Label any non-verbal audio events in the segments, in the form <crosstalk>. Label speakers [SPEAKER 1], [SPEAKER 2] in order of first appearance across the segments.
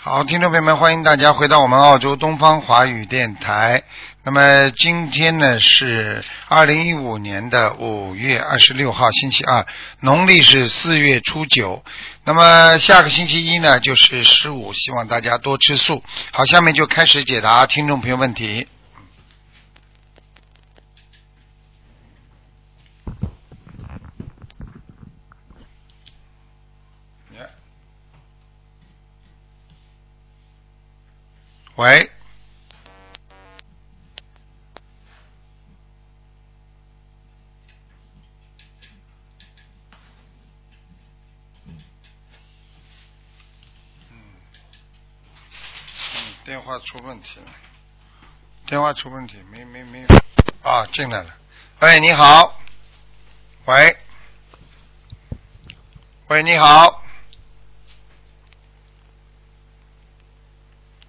[SPEAKER 1] 好，听众朋友们，欢迎大家回到我们澳洲东方华语电台。那么今天呢是二零一五年的五月二十六号，星期二，农历是四月初九。那么下个星期一呢就是十五，希望大家多吃素。好，下面就开始解答听众朋友问题。喂，嗯，嗯，电话出问题了，电话出问题，没没没，啊，进来了。喂，你好，喂，喂，你好，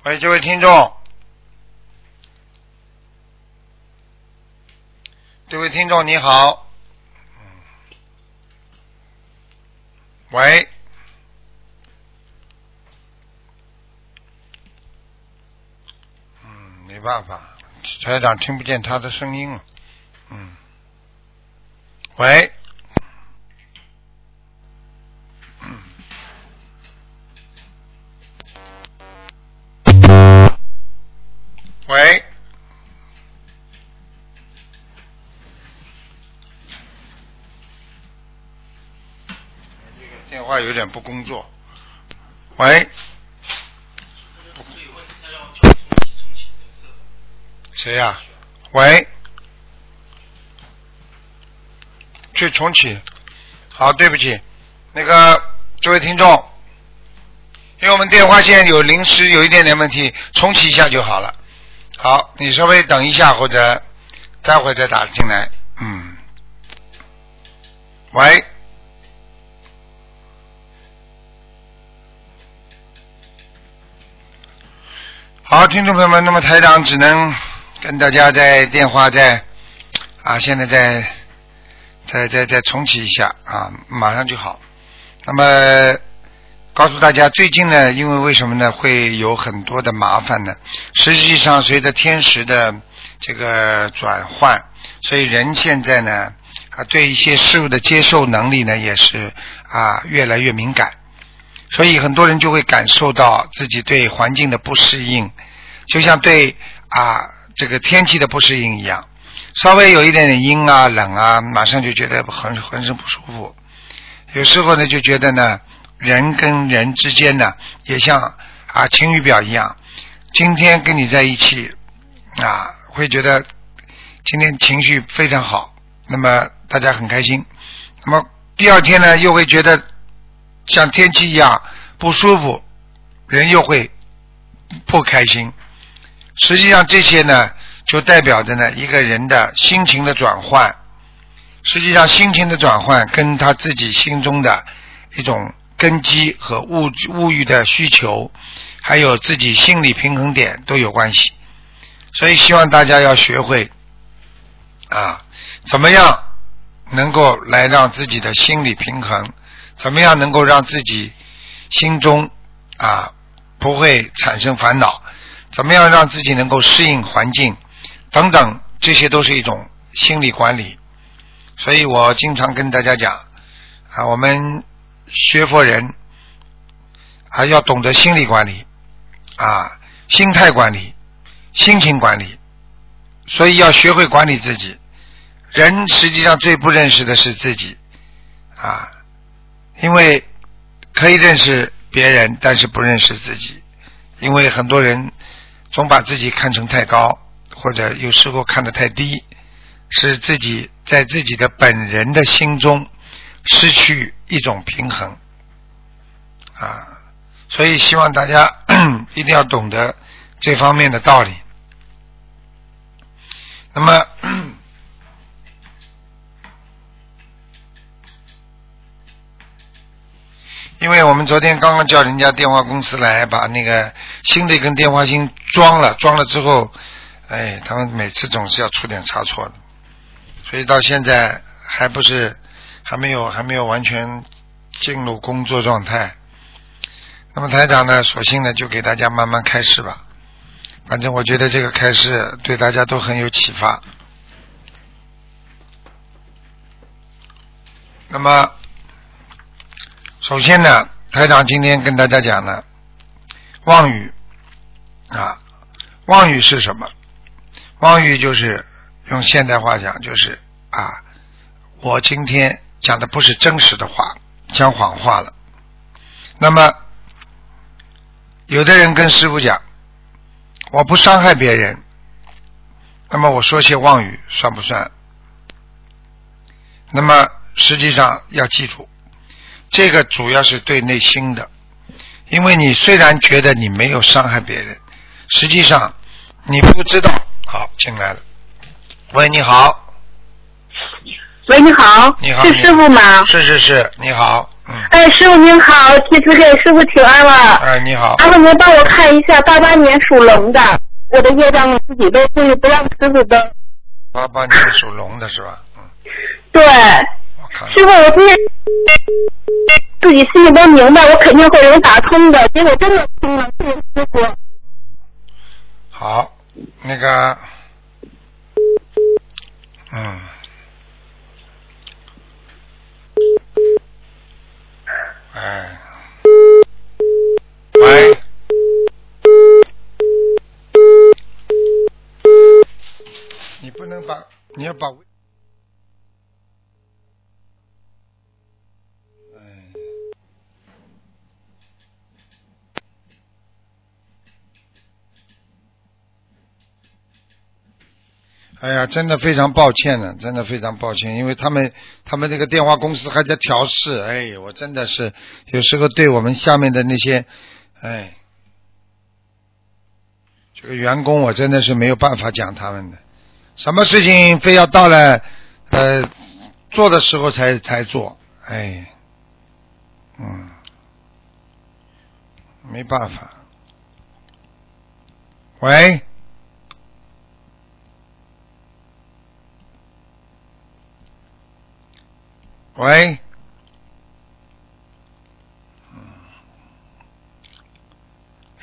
[SPEAKER 1] 喂，这位听众，这位听众你好，嗯喂，嗯，没办法，台长听不见他的声音了，嗯，喂，嗯喂，这个电话有点不工作。喂，谁呀、喂，去重启。好，对不起，那个这位听众，因为我们电话线有临时有一点点问题，重启一下就好了。好，你稍微等一下，或者待会再打进来。嗯，喂，好，听众朋友们，那么台长只能跟大家在电话在啊，现在再再再再重启一下啊，马上就好。那么告诉大家，最近呢，因为为什么呢，会有很多的麻烦呢？实际上，随着天时的这个转换，所以人现在呢，啊，对一些事物的接受能力呢，也是啊越来越敏感，所以很多人就会感受到自己对环境的不适应，就像对啊这个天气的不适应一样，稍微有一点点阴啊冷啊，马上就觉得浑浑身不舒服。有时候呢，就觉得呢，人跟人之间呢，也像啊晴雨表一样，今天跟你在一起啊，会觉得今天情绪非常好，那么大家很开心。那么第二天呢，又会觉得像天气一样不舒服，人又会不开心。实际上这些呢，就代表着呢一个人的心情的转换。实际上，心情的转换跟他自己心中的一种根基和物物欲的需求，还有自己心理平衡点都有关系。所以，希望大家要学会啊，怎么样能够来让自己的心理平衡，怎么样能够让自己心中啊不会产生烦恼，怎么样让自己能够适应环境等等，这些都是一种心理管理。所以我经常跟大家讲啊，我们学佛人啊要懂得心理管理啊、心态管理、心情管理，所以要学会管理自己。人实际上最不认识的是自己啊，因为可以认识别人，但是不认识自己，因为很多人总把自己看成太高，或者有时候看得太低。使自己在自己的本人的心中失去一种平衡啊，所以希望大家 <clears throat> 一定要懂得这方面的道理。那么，因为我们昨天刚刚叫人家电话公司来把那个新的一根电话芯装了，装了之后，哎，他们每次总是要出点差错的。所以到现在还不是还没有还没有完全进入工作状态。那么台长呢，索性呢就给大家慢慢开示吧。反正我觉得这个开示对大家都很有启发。那么，首先呢，台长今天跟大家讲呢，妄语啊，妄语是什么？妄语就是用现代话讲，就是啊，我今天讲的不是真实的话，讲谎话了。那么，有的人跟师傅讲，我不伤害别人，那么我说些妄语算不算？那么实际上要记住，这个主要是对内心的，因为你虽然觉得你没有伤害别人，实际上你不知道。好，进来了。喂，你好。
[SPEAKER 2] 喂，你好。
[SPEAKER 1] 你好。
[SPEAKER 2] 是师傅吗？
[SPEAKER 1] 是是是，你好。嗯。
[SPEAKER 2] 哎，师傅您好，弟子给师傅请安了。
[SPEAKER 1] 哎，你好。
[SPEAKER 2] 麻烦您帮我看一下八八年属龙的，我的业障自己背，所以不让师傅背。
[SPEAKER 1] 八八年属龙的是吧？嗯。
[SPEAKER 2] 对。
[SPEAKER 1] 我看。
[SPEAKER 2] 师傅，我今天自己心里都明白，我肯定会能打通的。结果真的通了，谢谢师傅。
[SPEAKER 1] 好。那个，嗯，哎，喂，你不能把，你要把，哎，哎呀，真的非常抱歉呢，真的非常抱歉，因为他们他们这个电话公司还在调试，哎，我真的是有时候对我们下面的那些，哎，这个员工我真的是没有办法讲他们的，什么事情非要到了呃做的时候才才做，哎，嗯，没办法。喂。喂，嗯，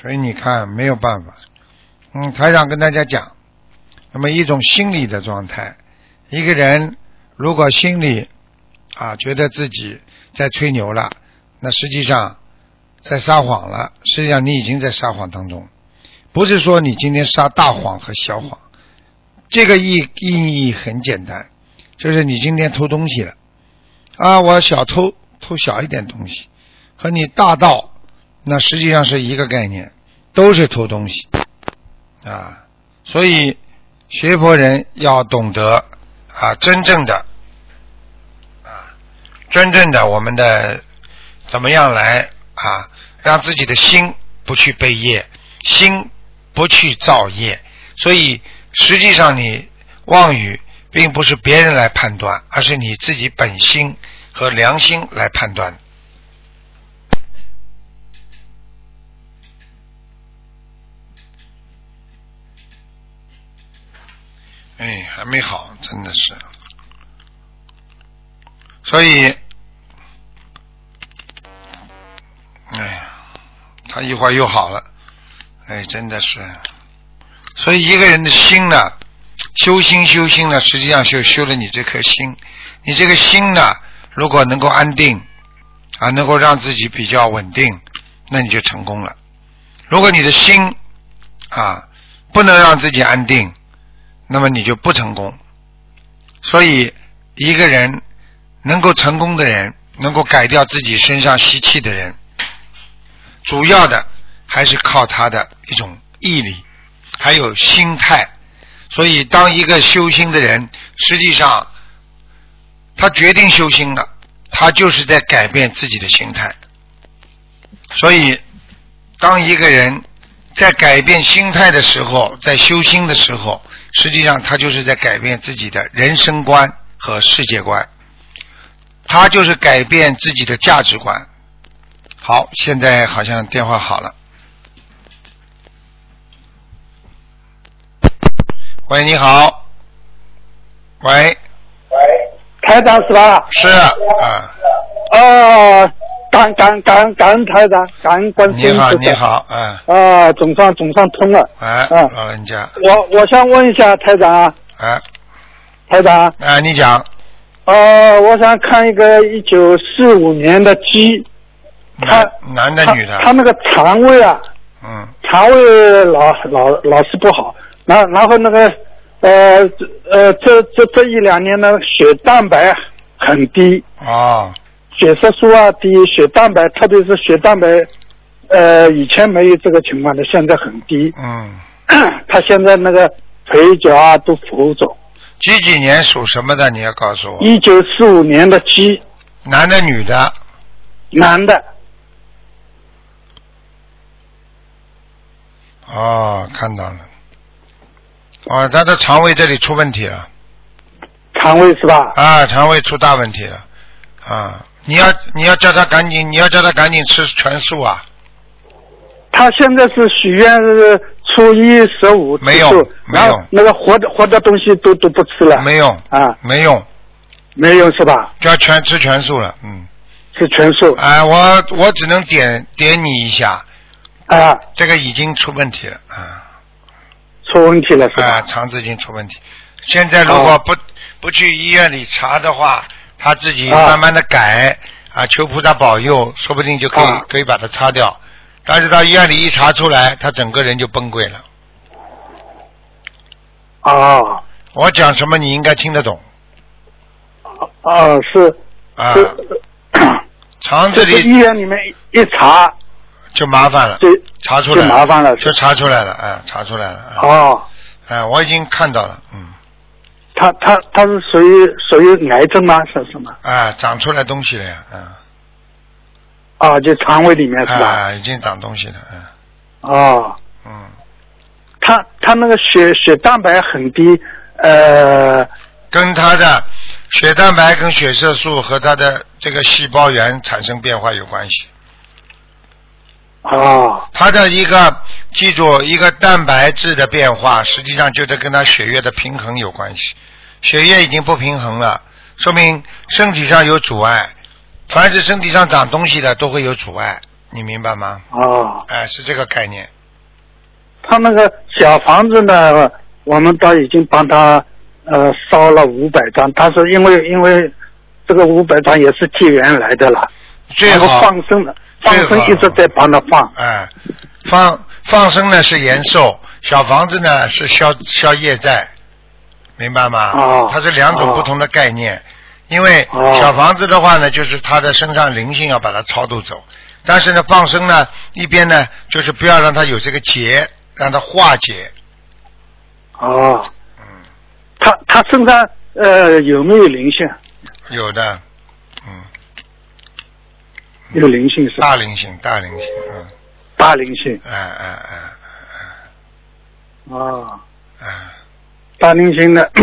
[SPEAKER 1] 所以你看没有办法，嗯，台长跟大家讲，那么一种心理的状态，一个人如果心里啊觉得自己在吹牛了，那实际上在撒谎了，实际上你已经在撒谎当中，不是说你今天撒大谎和小谎，这个意意义很简单，就是你今天偷东西了。啊，我小偷偷小一点东西，和你大盗那实际上是一个概念，都是偷东西啊。所以学佛人要懂得啊，真正的啊，真正的我们的怎么样来啊，让自己的心不去背业，心不去造业。所以实际上你妄语。并不是别人来判断，而是你自己本心和良心来判断。哎，还没好，真的是。所以，哎呀，他一会儿又好了，哎，真的是。所以一个人的心呢？修心修心呢，实际上就修了你这颗心。你这个心呢，如果能够安定啊，能够让自己比较稳定，那你就成功了。如果你的心啊不能让自己安定，那么你就不成功。所以，一个人能够成功的人，能够改掉自己身上习气的人，主要的还是靠他的一种毅力，还有心态。所以，当一个修心的人，实际上他决定修心了，他就是在改变自己的心态。所以，当一个人在改变心态的时候，在修心的时候，实际上他就是在改变自己的人生观和世界观，他就是改变自己的价值观。好，现在好像电话好了。喂，你好。喂。
[SPEAKER 3] 喂，台长是吧？
[SPEAKER 1] 是啊。
[SPEAKER 3] 哦，感感感感恩台长，感恩观世
[SPEAKER 1] 你
[SPEAKER 3] 音
[SPEAKER 1] 好，
[SPEAKER 3] 菩
[SPEAKER 1] 你
[SPEAKER 3] 萨。
[SPEAKER 1] 好，嗯，
[SPEAKER 3] 啊，总算总算通了。
[SPEAKER 1] 哎，
[SPEAKER 3] 嗯
[SPEAKER 1] 老人家，
[SPEAKER 3] 我我想问一下台长啊，
[SPEAKER 1] 哎，
[SPEAKER 3] 台长啊，
[SPEAKER 1] 哎，你讲，
[SPEAKER 3] 呃，我想看一个一九四五年的鸡，他
[SPEAKER 1] 男男的
[SPEAKER 3] 他
[SPEAKER 1] 女的，
[SPEAKER 3] 他那个肠胃啊，
[SPEAKER 1] 嗯，
[SPEAKER 3] 肠胃老老老是不好，然然后那个呃呃这这这一两年呢，血蛋白很低，
[SPEAKER 1] 哦，。
[SPEAKER 3] 血色素啊低，血蛋白特别是血蛋白，呃以前没有这个情况的，现在很低 <clears throat>
[SPEAKER 1] 嗯，
[SPEAKER 3] 他现在那个腿脚啊都浮肿。
[SPEAKER 1] 几几年属什么的？你要告诉我，
[SPEAKER 3] 一九四五年的鸡，
[SPEAKER 1] 男的女的，
[SPEAKER 3] 男的，
[SPEAKER 1] 哦，看到了，哦，他的肠胃这里出问题了，
[SPEAKER 3] 肠胃是吧？
[SPEAKER 1] 啊，肠胃出大问题了，啊，你要你要叫他赶紧，你要叫他赶紧吃全素啊，
[SPEAKER 3] 他现在是许愿是初一十五吃素
[SPEAKER 1] 没有没有
[SPEAKER 3] 然后那个活的活的东西都都不吃了，
[SPEAKER 1] 没用，
[SPEAKER 3] 啊，
[SPEAKER 1] 没用，
[SPEAKER 3] 没有是吧？
[SPEAKER 1] 就要全吃全素了，嗯，
[SPEAKER 3] 是全素
[SPEAKER 1] 哎，我我只能点点你一下，
[SPEAKER 3] 啊，
[SPEAKER 1] 这个已经出问题了啊
[SPEAKER 3] 出问题了是
[SPEAKER 1] 啊，
[SPEAKER 3] 吧？哦
[SPEAKER 1] 肠子已经出问题。现在如果不、不去医院里查的话，他自己
[SPEAKER 3] 啊
[SPEAKER 1] 慢慢的改啊求菩萨保佑，说不定就可以、
[SPEAKER 3] 啊
[SPEAKER 1] 可以把它擦掉。但是到医院里一查出来，他整个人就崩溃了。
[SPEAKER 3] 啊
[SPEAKER 1] 我讲什么你应该听得懂
[SPEAKER 3] 啊是
[SPEAKER 1] 啊，
[SPEAKER 3] 是，
[SPEAKER 1] 肠子
[SPEAKER 3] <coughs> 是
[SPEAKER 1] 里
[SPEAKER 3] 医院里面一查
[SPEAKER 1] 就麻烦了，
[SPEAKER 3] 就
[SPEAKER 1] 查出
[SPEAKER 3] 就
[SPEAKER 1] 来了
[SPEAKER 3] 麻烦了
[SPEAKER 1] 就是查出来了，啊，查出来了，啊，
[SPEAKER 3] 哦，
[SPEAKER 1] 啊我已经看到了，嗯，
[SPEAKER 3] 他他他是属于属于癌症吗？是什么？
[SPEAKER 1] 啊，长出来东西了呀，啊，
[SPEAKER 3] 啊，就肠胃里面是吧？
[SPEAKER 1] 啊，已经长东西了，嗯、
[SPEAKER 3] 哦。
[SPEAKER 1] 嗯。
[SPEAKER 3] 他他那个血血蛋白很低，呃，
[SPEAKER 1] 跟他的血蛋白跟血色素和他的这个细胞源产生变化有关系。
[SPEAKER 3] 哦
[SPEAKER 1] 他的一个记住一个蛋白质的变化，实际上就得跟他血液的平衡有关系。血液已经不平衡了，说明身体上有阻碍。凡是身体上长东西的都会有阻碍，你明白吗？
[SPEAKER 3] 哦，
[SPEAKER 1] 哎，是这个概念。
[SPEAKER 3] 他那个小房子呢，我们倒已经帮他呃烧了五百张，他是因为因为这个五百张也是结缘来的了，
[SPEAKER 1] 最
[SPEAKER 3] 然后
[SPEAKER 1] 好
[SPEAKER 3] 放生了，放
[SPEAKER 1] 最
[SPEAKER 3] 生
[SPEAKER 1] 好
[SPEAKER 3] 一直在帮他放，
[SPEAKER 1] 哎，放放生呢是延寿，小房子呢是消消业债，明白吗？
[SPEAKER 3] 哦
[SPEAKER 1] 它是两种
[SPEAKER 3] 哦
[SPEAKER 1] 不同的概念。因为
[SPEAKER 3] 哦
[SPEAKER 1] 小房子的话呢，就是他的身上灵性要把它超度走，但是呢，放生呢，一边呢就是不要让他有这个结，让他化解。
[SPEAKER 3] 哦，
[SPEAKER 1] 嗯，
[SPEAKER 3] 他他身上呃有没有灵性？
[SPEAKER 1] 有的，嗯，
[SPEAKER 3] 有灵性是吧？
[SPEAKER 1] 大灵性，大灵性，嗯，
[SPEAKER 3] 大灵性
[SPEAKER 1] 哎哎哎
[SPEAKER 3] 哦，
[SPEAKER 1] 哎哎，
[SPEAKER 3] 大灵性的， <coughs>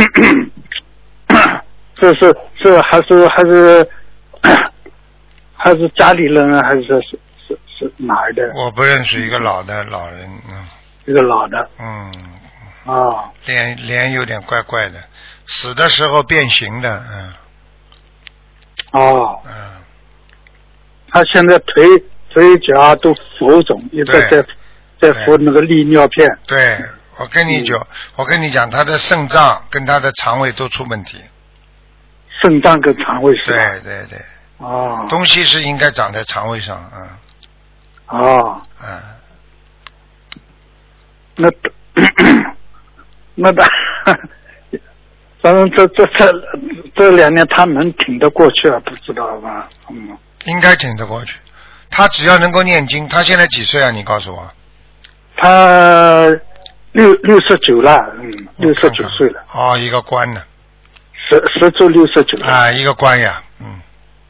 [SPEAKER 3] 这是是还是还是 <coughs> 还是家里人啊，还是是是是哪儿的
[SPEAKER 1] 我不认识一个老的老人，嗯
[SPEAKER 3] 一个老的
[SPEAKER 1] 嗯，
[SPEAKER 3] 啊
[SPEAKER 1] 脸脸有点怪怪的，死的时候变形的，嗯
[SPEAKER 3] 哦，
[SPEAKER 1] 嗯，
[SPEAKER 3] 他现在腿腿脚啊都浮肿，一直
[SPEAKER 1] 对
[SPEAKER 3] 在在服那个利尿片
[SPEAKER 1] 对，我跟你
[SPEAKER 3] 嗯
[SPEAKER 1] 讲，我跟你讲，他的肾脏跟他的肠胃都出问题，
[SPEAKER 3] 肾脏跟肠胃是吧？
[SPEAKER 1] 对对对，
[SPEAKER 3] 哦
[SPEAKER 1] 东西是应该长在肠胃上，嗯
[SPEAKER 3] 哦，
[SPEAKER 1] 嗯，
[SPEAKER 3] 那 <coughs> 那的，反正这这这这两年他能挺得过去啊，不知道吧？嗯。
[SPEAKER 1] 应该挺得过去。他只要能够念经，他现在几岁啊？你告诉我，
[SPEAKER 3] 他六六十九了，嗯，
[SPEAKER 1] 我
[SPEAKER 3] 六十
[SPEAKER 1] 看
[SPEAKER 3] 九
[SPEAKER 1] 看
[SPEAKER 3] 岁了，。
[SPEAKER 1] 哦，一个官呢，
[SPEAKER 3] 十十周六十九了。
[SPEAKER 1] 啊，一个官呀，嗯，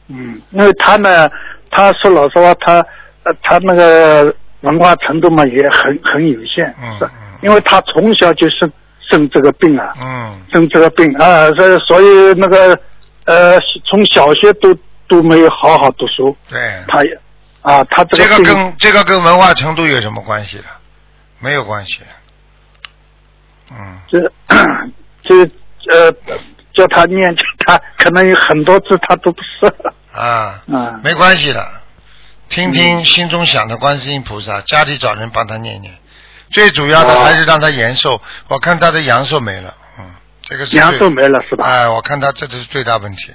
[SPEAKER 3] 嗯，因为他呢，他说老实话，他呃他那个文化程度嘛也很很有限，
[SPEAKER 1] 嗯
[SPEAKER 3] 是
[SPEAKER 1] 嗯，
[SPEAKER 3] 因为他从小就生生这个病啊，
[SPEAKER 1] 嗯，
[SPEAKER 3] 生这个病啊，所以所以那个呃从小学都都没有好好读书，
[SPEAKER 1] 对，
[SPEAKER 3] 他也啊他这
[SPEAKER 1] 这
[SPEAKER 3] 个
[SPEAKER 1] 个
[SPEAKER 3] 病
[SPEAKER 1] 跟这个跟文化程度有什么关系了？没有关系，嗯。
[SPEAKER 3] 这这 <clears throat> 呃叫 <laughs> 他念，他可能有很多字他都不识。
[SPEAKER 1] 啊，
[SPEAKER 3] 嗯
[SPEAKER 1] 没关系的，听听心中想的观世音菩萨，家里找人帮他念念。最主要
[SPEAKER 3] 哦
[SPEAKER 1] 的还是让他延寿，我看他的阳寿没了，嗯，这个是最
[SPEAKER 3] 阳寿没了是吧？
[SPEAKER 1] 哎，我看他这是最大问题，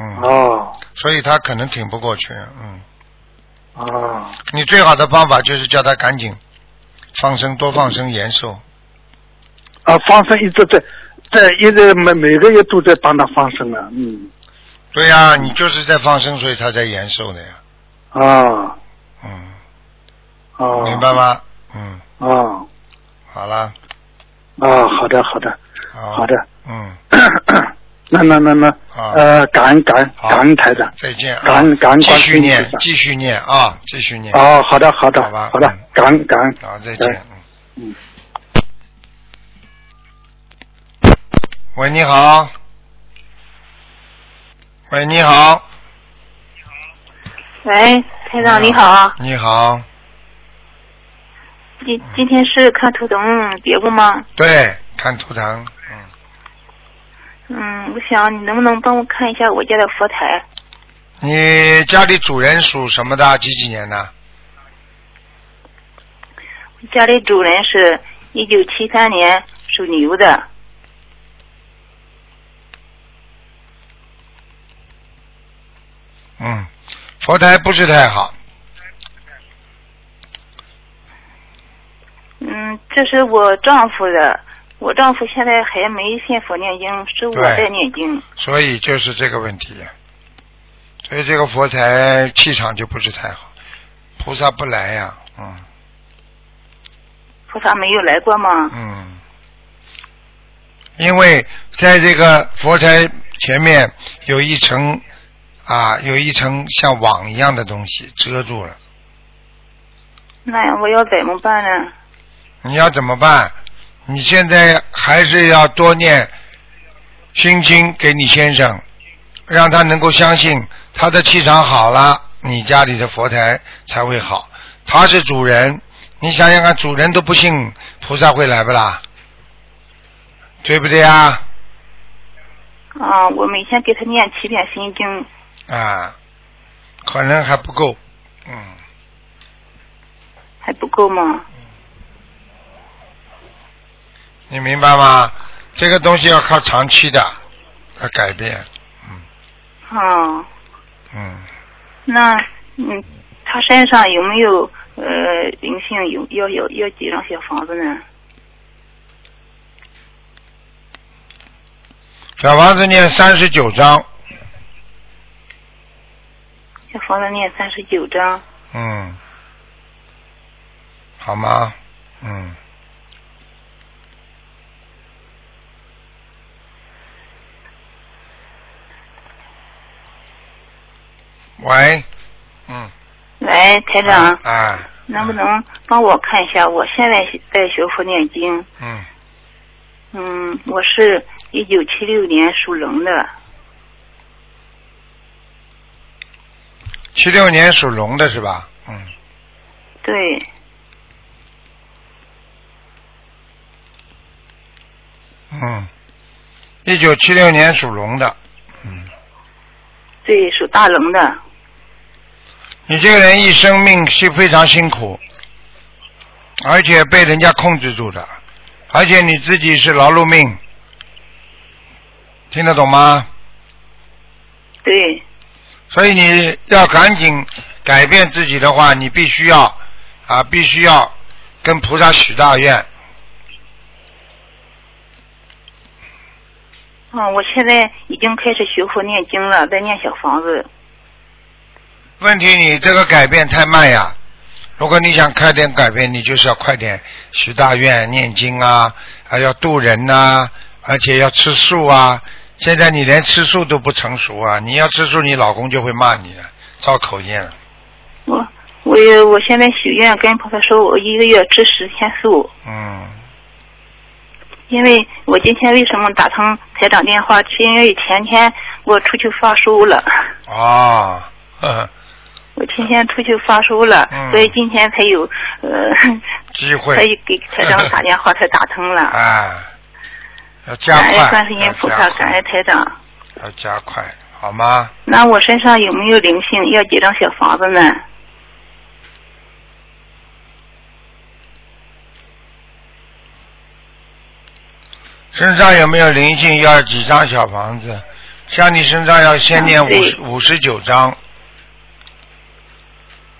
[SPEAKER 1] 嗯，
[SPEAKER 3] 哦
[SPEAKER 1] 所以他可能挺不过去，嗯，
[SPEAKER 3] 哦，
[SPEAKER 1] 你最好的方法就是叫他赶紧放生，多放生延寿，
[SPEAKER 3] 啊，放生一直在在一直每每个月都在帮他放生啊，嗯，
[SPEAKER 1] 对呀、你就是在放生，所以他才延寿的呀，
[SPEAKER 3] 啊
[SPEAKER 1] 嗯，
[SPEAKER 3] 哦，
[SPEAKER 1] 明白吗？嗯，
[SPEAKER 3] 哦
[SPEAKER 1] 好啦，
[SPEAKER 3] 啊，好的好的
[SPEAKER 1] 好，
[SPEAKER 3] 好的， <coughs>
[SPEAKER 1] 嗯，
[SPEAKER 3] 那那那那
[SPEAKER 1] 啊
[SPEAKER 3] 呃，感恩感恩
[SPEAKER 1] 好
[SPEAKER 3] 感恩台长，
[SPEAKER 1] 再见啊
[SPEAKER 3] 感，恩感恩
[SPEAKER 1] 继
[SPEAKER 3] 观世
[SPEAKER 1] 续
[SPEAKER 3] 音菩
[SPEAKER 1] 念
[SPEAKER 3] 萨，
[SPEAKER 1] 继续念啊，继续念，
[SPEAKER 3] 哦，好的好的
[SPEAKER 1] 好吧
[SPEAKER 3] 好的
[SPEAKER 1] 嗯，
[SPEAKER 3] 感恩感恩，
[SPEAKER 1] 好，再
[SPEAKER 3] 对
[SPEAKER 1] 见，嗯
[SPEAKER 3] 嗯。
[SPEAKER 1] 喂，你好。喂，你好。
[SPEAKER 4] 喂，台长你好，
[SPEAKER 1] 你好，
[SPEAKER 4] 今今天是看图腾节目吗？
[SPEAKER 1] 对，看图腾，嗯，
[SPEAKER 4] 嗯，我想你能不能帮我看一下我家的佛台？
[SPEAKER 1] 你家里主人属什么的？几几年的？
[SPEAKER 4] 我家里主人是一九七三年属牛的，
[SPEAKER 1] 嗯，佛台不是太好，
[SPEAKER 4] 嗯，这是我丈夫的，我丈夫现在还没信佛念经，是我
[SPEAKER 1] 对
[SPEAKER 4] 在念经。
[SPEAKER 1] 所以就是这个问题，啊所以这个佛台气场就不是太好，菩萨不来呀、嗯
[SPEAKER 4] 菩萨没有来过吗？
[SPEAKER 1] 嗯，因为在这个佛台前面有一层啊，有一层像网一样的东西遮住了。
[SPEAKER 4] 那我要怎么办呢？
[SPEAKER 1] 你要怎么办？你现在还是要多念心经给你先生，让他能够相信他的气场好了，你家里的佛台才会好。他是主人，你想想看，主人都不信，菩萨会来不啦？对不对啊？
[SPEAKER 4] 啊，我每天给他念七遍心经，
[SPEAKER 1] 啊，可能还不够。嗯，
[SPEAKER 4] 还不够吗？
[SPEAKER 1] 你明白吗？这个东西要靠长期的来改变。
[SPEAKER 4] 啊。
[SPEAKER 1] 嗯。
[SPEAKER 4] 那嗯，他身上有没有呃灵性？有要有要几张小房子呢？
[SPEAKER 1] 小房子念三十九章，
[SPEAKER 4] 小房子念三十九张。
[SPEAKER 1] 嗯，好吗？嗯，喂，嗯，
[SPEAKER 4] 喂，台长，
[SPEAKER 1] 啊，
[SPEAKER 4] 能不能帮我看一下？我现在在学佛念经，
[SPEAKER 1] 嗯，
[SPEAKER 4] 嗯，我是一九七六年属龙的，
[SPEAKER 1] 七六年属龙的是吧？嗯，
[SPEAKER 4] 对，
[SPEAKER 1] 嗯，一九七六年属龙的，嗯，
[SPEAKER 4] 对，属大龙的，
[SPEAKER 1] 你这个人一生命是非常辛苦，而且被人家控制住的，而且你自己是劳碌命，听得懂吗？
[SPEAKER 4] 对，
[SPEAKER 1] 所以你要赶紧改变自己的话，你必须要啊，必须要跟菩萨许大愿。
[SPEAKER 4] 啊、我现在已经开始学佛念经了，在念小房子，
[SPEAKER 1] 问题你这个改变太慢呀。如果你想快点改变，你就是要快点许大愿、念经啊，还要渡人呐、而且要吃素啊。现在你连吃素都不成熟啊！你要吃素，你老公就会骂你了，造口业了。
[SPEAKER 4] 我我也我现在许愿跟菩萨说，我一个月吃十天素，
[SPEAKER 1] 嗯，
[SPEAKER 4] 因为我今天为什么打通台长电话，是因为前天我出去发
[SPEAKER 1] <laughs>
[SPEAKER 4] 书了，
[SPEAKER 1] 哦，呵呵
[SPEAKER 4] 我前天出去发书了，
[SPEAKER 1] 嗯
[SPEAKER 4] 所以今天才有呃，
[SPEAKER 1] 机
[SPEAKER 4] 才
[SPEAKER 1] 会
[SPEAKER 4] 有给台长打电话才打通了。
[SPEAKER 1] <laughs>
[SPEAKER 4] 哎
[SPEAKER 1] 啊，要加
[SPEAKER 4] 感
[SPEAKER 1] 快
[SPEAKER 4] 恩，观世音菩萨，
[SPEAKER 1] 要加
[SPEAKER 4] 感
[SPEAKER 1] 快
[SPEAKER 4] 恩台长。
[SPEAKER 1] 要加快，好好吗？
[SPEAKER 4] 那我身上有没有灵性？要几张小房子呢？
[SPEAKER 1] 身上有没有灵性？要几张小房子？像你身上要先念
[SPEAKER 4] 嗯
[SPEAKER 1] 五十五十九张，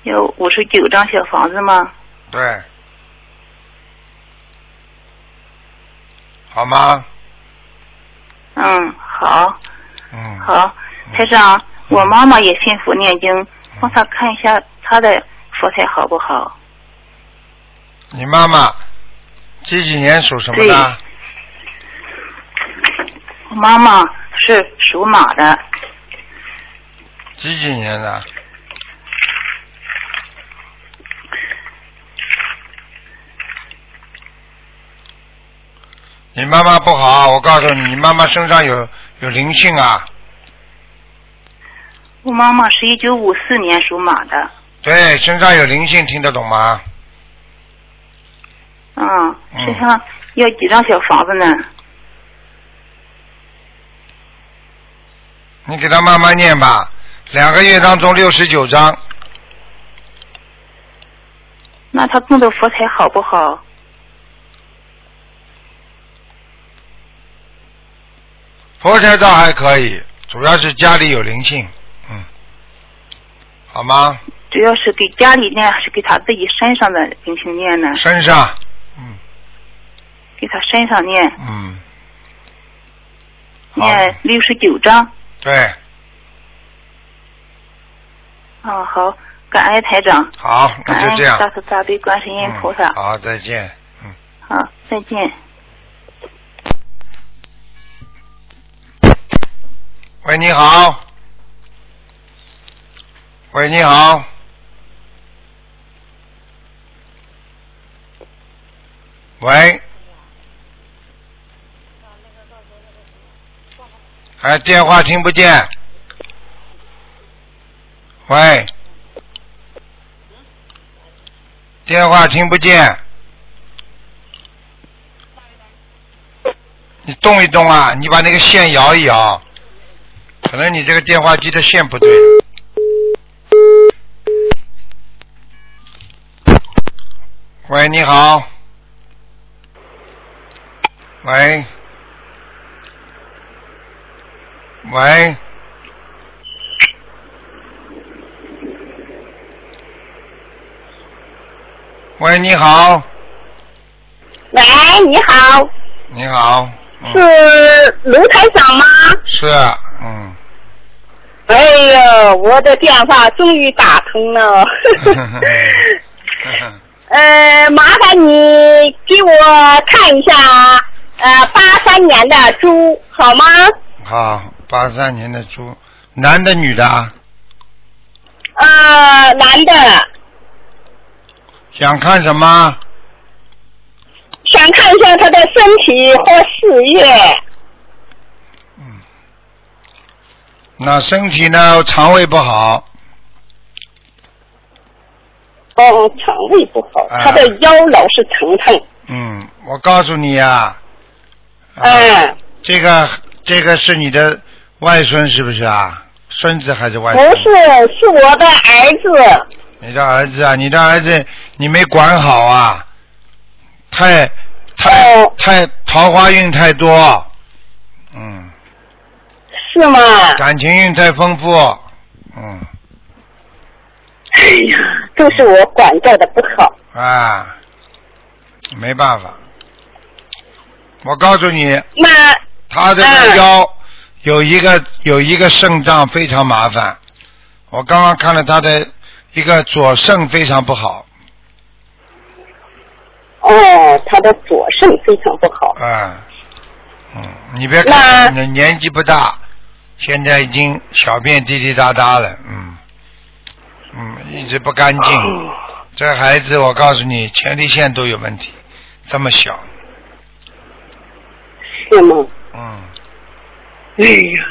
[SPEAKER 4] 有五十九张小房子吗？
[SPEAKER 1] 对，好吗？
[SPEAKER 4] 嗯，好，
[SPEAKER 1] 嗯，
[SPEAKER 4] 好，台长，我妈妈也信佛念经，帮她看一下她的佛台好不好？
[SPEAKER 1] 你妈妈几几年属什么的？
[SPEAKER 4] 我妈妈是属马的，
[SPEAKER 1] 几几年的？你妈妈不好啊，我告诉你，你妈妈身上有有灵性啊，
[SPEAKER 4] 我妈妈是一九五四年属马的，
[SPEAKER 1] 对，身上有灵性，听得懂吗？
[SPEAKER 4] 嗯，
[SPEAKER 1] 嗯
[SPEAKER 4] 身上要几张小房子呢？
[SPEAKER 1] 你给她慢慢念吧，两个月当中六十九章，
[SPEAKER 4] 那她供的佛台好不好？
[SPEAKER 1] 佛台倒还可以，主要是家里有灵性，嗯，好吗？
[SPEAKER 4] 主要是给家里念，还是给她自己身上的灵性念呢？
[SPEAKER 1] 身上，嗯
[SPEAKER 4] 给她身上念，
[SPEAKER 1] 嗯，好，
[SPEAKER 4] 念六十九章。
[SPEAKER 1] 对，
[SPEAKER 4] 嗯，好，感恩台长，
[SPEAKER 1] 好，
[SPEAKER 4] 感
[SPEAKER 1] 那就这
[SPEAKER 4] 恩
[SPEAKER 1] 样
[SPEAKER 4] 大，慈大悲观世音
[SPEAKER 1] 嗯
[SPEAKER 4] 菩萨。
[SPEAKER 1] 好，再见，嗯。
[SPEAKER 4] 好，再见。
[SPEAKER 5] 啊
[SPEAKER 1] 喂，你好。喂，你好。喂。哎，电话听不见。喂。电话听不见。你动一动啊！你把那个线摇一摇。可能你这个电话机的线不对。喂，你好。喂。喂。喂，你好，
[SPEAKER 2] 喂，你好，
[SPEAKER 1] 你好，嗯，
[SPEAKER 2] 是卢台长吗？
[SPEAKER 1] 是啊，嗯， <laughs>
[SPEAKER 2] 哎呦，我的电话终于打通了。
[SPEAKER 1] <laughs>
[SPEAKER 2] 呃，麻烦你给我看一下，呃，八三年的猪好吗？
[SPEAKER 1] 好，八三年的猪，男的女的啊？
[SPEAKER 2] 呃，男的，
[SPEAKER 1] 想看什么？
[SPEAKER 2] 想看一下他的身体和事业。
[SPEAKER 1] 嗯那身体呢？肠胃不好，
[SPEAKER 2] 哦，肠胃不好，
[SPEAKER 1] 啊
[SPEAKER 2] 他的腰老是疼疼。
[SPEAKER 1] 嗯，我告诉你啊，啊
[SPEAKER 2] 嗯，
[SPEAKER 1] 这个这个是你的外孙是不是啊？孙子还是外
[SPEAKER 2] 不
[SPEAKER 1] 孙？
[SPEAKER 2] 是，是我的儿子。
[SPEAKER 1] 你的儿子啊，你的儿子你没管好啊，太太、
[SPEAKER 2] 哦
[SPEAKER 1] 太桃花运太多，嗯，
[SPEAKER 2] 是吗？
[SPEAKER 1] 感情运太丰富，嗯
[SPEAKER 2] 哎呀，都是我管教的不好。
[SPEAKER 1] 啊，没办法，我告诉你，
[SPEAKER 2] 那
[SPEAKER 1] 他这个腰有一个有一个肾脏非常麻烦，我刚刚看了他的一个左肾非常不好
[SPEAKER 2] 哦，他的左肾非常不好。
[SPEAKER 1] 啊、嗯，你别看
[SPEAKER 2] 那
[SPEAKER 1] 你年纪不大，现在已经小便滴滴答答了，嗯嗯，一直不干净。这孩子，我告诉你，前列腺都有问题，这么小，
[SPEAKER 2] 是吗？
[SPEAKER 1] 嗯，
[SPEAKER 2] 哎呀，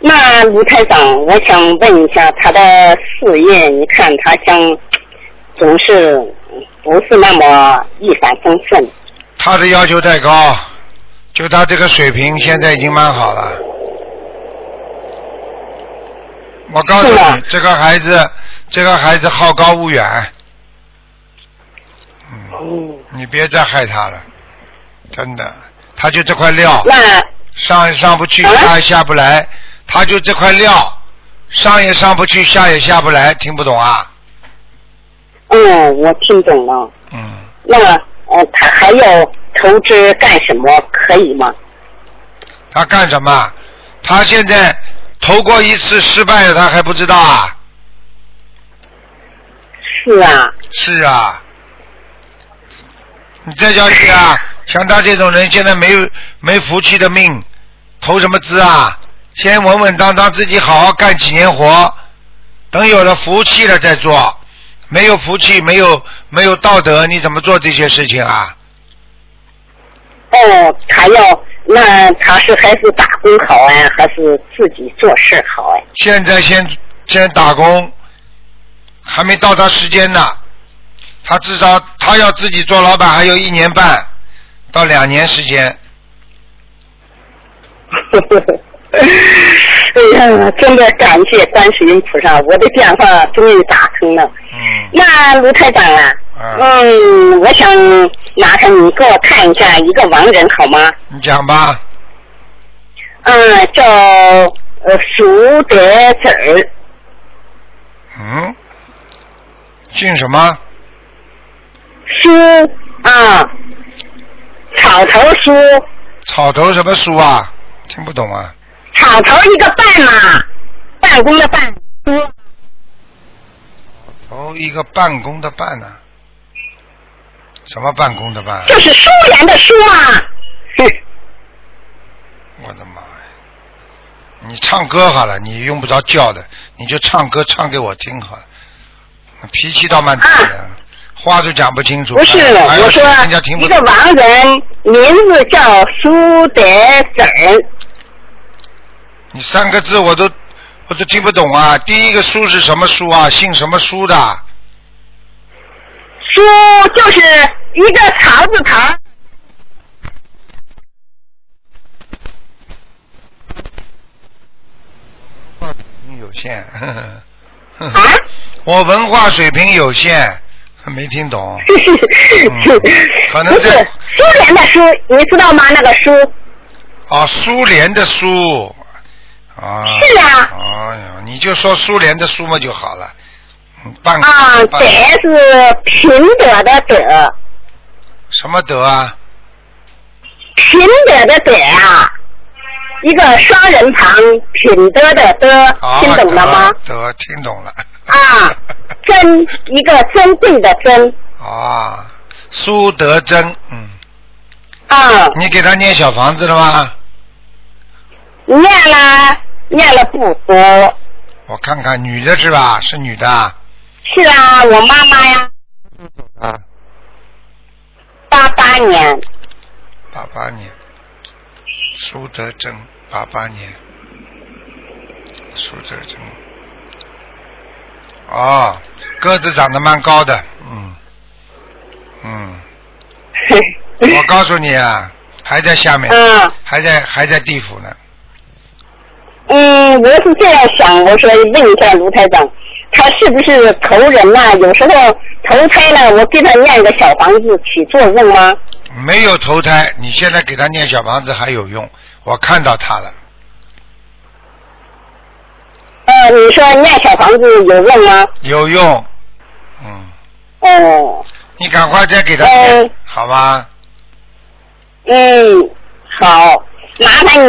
[SPEAKER 2] 那卢台长，我想问一下他的事业，你看他像总是不是那么一帆风顺？
[SPEAKER 1] 他的要求太高，就他这个水平，现在已经蛮好了，我告诉
[SPEAKER 2] 是啊
[SPEAKER 1] 你
[SPEAKER 2] 的，
[SPEAKER 1] 这个孩子，这个孩子好高骛远，
[SPEAKER 2] 嗯，
[SPEAKER 1] 你别再害他了，真的，他就这块料
[SPEAKER 2] 那
[SPEAKER 1] 上也上不去，
[SPEAKER 2] 啊
[SPEAKER 1] 下也下不来，他就这块料上也上不去，下也下不来，听不懂啊？
[SPEAKER 2] 嗯，我听懂了。
[SPEAKER 1] 嗯，
[SPEAKER 2] 那呃，他还要投资干什么？可以吗？
[SPEAKER 1] 他干什么？他现在投过一次失败了，他还不知道啊？
[SPEAKER 2] 是啊，
[SPEAKER 1] 是啊，你再下去啊，像他这种人现在没有没福气的命，投什么资啊？先稳稳当当自己好好干几年活，等有了福气了再做。没有福气，没有没有道德，你怎么做这些事情啊？
[SPEAKER 2] 哦，他要那他是还是打工好啊，还是自己做事好啊？ <laughs>
[SPEAKER 1] 现在先先打工，还没到他时间呢。他至少他要自己做老板，还有一年半到两年时间。
[SPEAKER 2] 哎呀，真的感谢观世音菩萨，我的电话终于打通了。
[SPEAKER 1] 嗯。
[SPEAKER 2] 那卢台长啊，
[SPEAKER 1] 啊
[SPEAKER 2] 嗯，我想麻烦你给我看一下一个亡人好吗？
[SPEAKER 1] 你讲吧，
[SPEAKER 2] 嗯，叫呃苏德子儿，
[SPEAKER 1] 嗯，姓什么？
[SPEAKER 2] 苏啊，草头苏，
[SPEAKER 1] 草头什么书啊？听不懂啊。
[SPEAKER 2] 草头一个半嘛，办公的办，苏
[SPEAKER 1] 头哦一个办公的办呢、什么办公的办、啊？
[SPEAKER 2] 就是苏联的苏啊。哼
[SPEAKER 1] 我的妈呀！你唱歌好了，你用不着叫的，你就唱歌唱给我听好了。脾气倒蛮大的，话都讲不清楚。
[SPEAKER 2] 啊不是，
[SPEAKER 1] 还有
[SPEAKER 2] 我说
[SPEAKER 1] 人家哎听不
[SPEAKER 2] 一
[SPEAKER 1] 懂
[SPEAKER 2] 个。亡人，名字叫苏德子儿，
[SPEAKER 1] 你三个字我都我都听不懂啊！第一个书是什么书啊？姓什么书的？
[SPEAKER 2] 啊苏就是一个草字头，
[SPEAKER 1] 有限。
[SPEAKER 2] 啊
[SPEAKER 1] 我文化水平有限，没听懂。
[SPEAKER 2] <laughs>
[SPEAKER 1] 嗯可能
[SPEAKER 2] 不是
[SPEAKER 1] 在
[SPEAKER 2] 苏联的苏，你知道吗？那个苏
[SPEAKER 1] 哦，苏联的苏。啊。
[SPEAKER 2] 是啊
[SPEAKER 1] 哎呀，你就说苏联的苏嘛就好了。嗯半个
[SPEAKER 2] 啊，
[SPEAKER 1] 半
[SPEAKER 2] 德是平德的德，
[SPEAKER 1] 什么德啊？
[SPEAKER 2] 平德的德啊，一个双人旁，品德的德
[SPEAKER 1] 啊，，
[SPEAKER 2] 听懂了吗？
[SPEAKER 1] 德？德，听懂了。
[SPEAKER 2] 啊，真一个真正的真
[SPEAKER 1] <laughs> 啊，苏德珍，嗯，
[SPEAKER 2] 啊。
[SPEAKER 1] 你给他念小房子了吗？
[SPEAKER 2] 念了念了不多，
[SPEAKER 1] 我看看，女的是吧？是女的啊。
[SPEAKER 2] 是啊，我妈妈呀，
[SPEAKER 1] 啊。
[SPEAKER 2] 八八年，
[SPEAKER 1] 八八年，苏德珍，八八年，苏德珍。哦，个子长得蛮高的，嗯，嗯，我告诉你啊，还在下面，
[SPEAKER 2] <laughs> 嗯
[SPEAKER 1] 还在还在地府呢。
[SPEAKER 2] 嗯，我是这样想，我说问一下卢台长，他是不是投人呐、有时候投胎了，我给他念个小房子起作用吗？
[SPEAKER 1] 没有投胎，你现在给他念小房子还有用，我看到他了，
[SPEAKER 2] 呃，你说念小房子有用吗？
[SPEAKER 1] 有用，嗯，
[SPEAKER 2] 哦，
[SPEAKER 1] 你赶快再给他
[SPEAKER 2] 嗯
[SPEAKER 1] 念，好吧？
[SPEAKER 2] 嗯，好，麻烦你，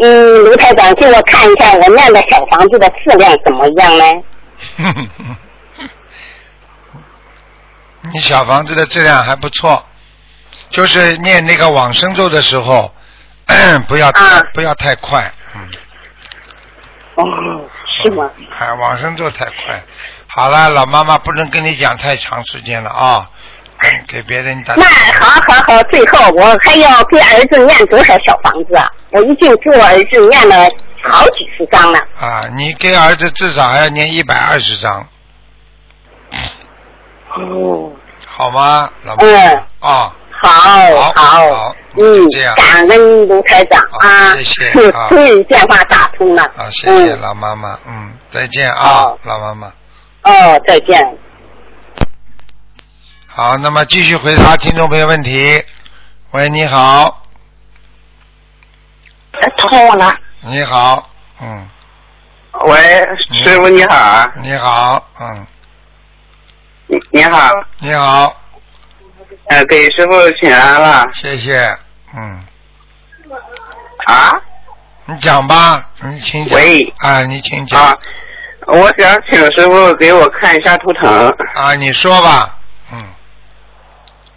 [SPEAKER 2] 嗯，卢台长给我看一下我念的小房子的质量怎么样呢？
[SPEAKER 1] 你 <laughs> 小房子的质量还不错，就是念那个往生咒的时候， <clears throat> 不要、
[SPEAKER 2] 啊
[SPEAKER 1] 不要太快，嗯，
[SPEAKER 2] 哦，是吗？
[SPEAKER 1] 哎，往生咒太快。好了，老妈妈不能跟你讲太长时间了啊、嗯给别人打
[SPEAKER 2] 那。好好好，最后我还要给儿子念多少小房子啊？我已经给我儿子念了好几十张了。
[SPEAKER 1] 啊，你给儿子至少还要念一百二十章，
[SPEAKER 2] 哦，
[SPEAKER 1] 好吗，老妈妈？
[SPEAKER 2] 嗯，
[SPEAKER 1] 啊、
[SPEAKER 2] 哎
[SPEAKER 1] 好
[SPEAKER 2] 好，
[SPEAKER 1] 好
[SPEAKER 2] 嗯
[SPEAKER 1] 就这样，
[SPEAKER 2] 感恩卢台长
[SPEAKER 1] 好
[SPEAKER 2] 啊，
[SPEAKER 1] 谢谢啊
[SPEAKER 2] 终于电话打通了
[SPEAKER 1] 啊好，谢谢
[SPEAKER 2] 嗯
[SPEAKER 1] 老妈妈，嗯，再见啊
[SPEAKER 2] 好，
[SPEAKER 1] 老妈妈。
[SPEAKER 2] 哦，再见。
[SPEAKER 1] 好，那么继续回答听众朋友问题。喂，你好，
[SPEAKER 6] 哎，他说我呢？
[SPEAKER 1] 你好，嗯，
[SPEAKER 6] 喂，师傅你好啊，
[SPEAKER 1] 你好，嗯，
[SPEAKER 6] 你你好，
[SPEAKER 1] 你好，
[SPEAKER 6] 呃，给师傅请安了
[SPEAKER 1] 谢谢，嗯，
[SPEAKER 6] 啊？
[SPEAKER 1] 你讲吧，你请讲。
[SPEAKER 6] 喂，
[SPEAKER 1] 啊，你请讲。
[SPEAKER 6] 啊，我想请师傅给我看一下图腾，
[SPEAKER 1] 啊，你说吧，嗯，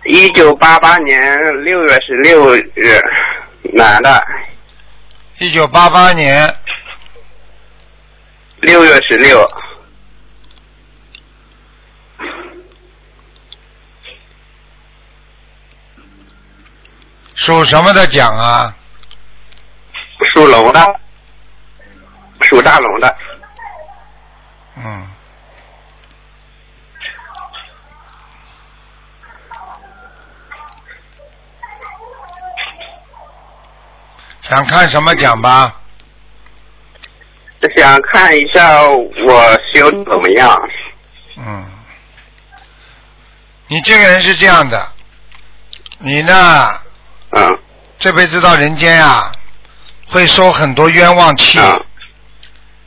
[SPEAKER 6] 一九八八年六月十六日，男的，
[SPEAKER 1] 一九八八年
[SPEAKER 6] 六月十六，
[SPEAKER 1] 属什么的奖啊？
[SPEAKER 6] 属龙的，属大龙的，
[SPEAKER 1] 嗯，想看什么奖吧？
[SPEAKER 6] 想看一下我修得怎么样？
[SPEAKER 1] 嗯，你这个人是这样的，你呢
[SPEAKER 6] 嗯
[SPEAKER 1] 这辈子到人间啊，会受很多冤枉气，
[SPEAKER 6] 嗯，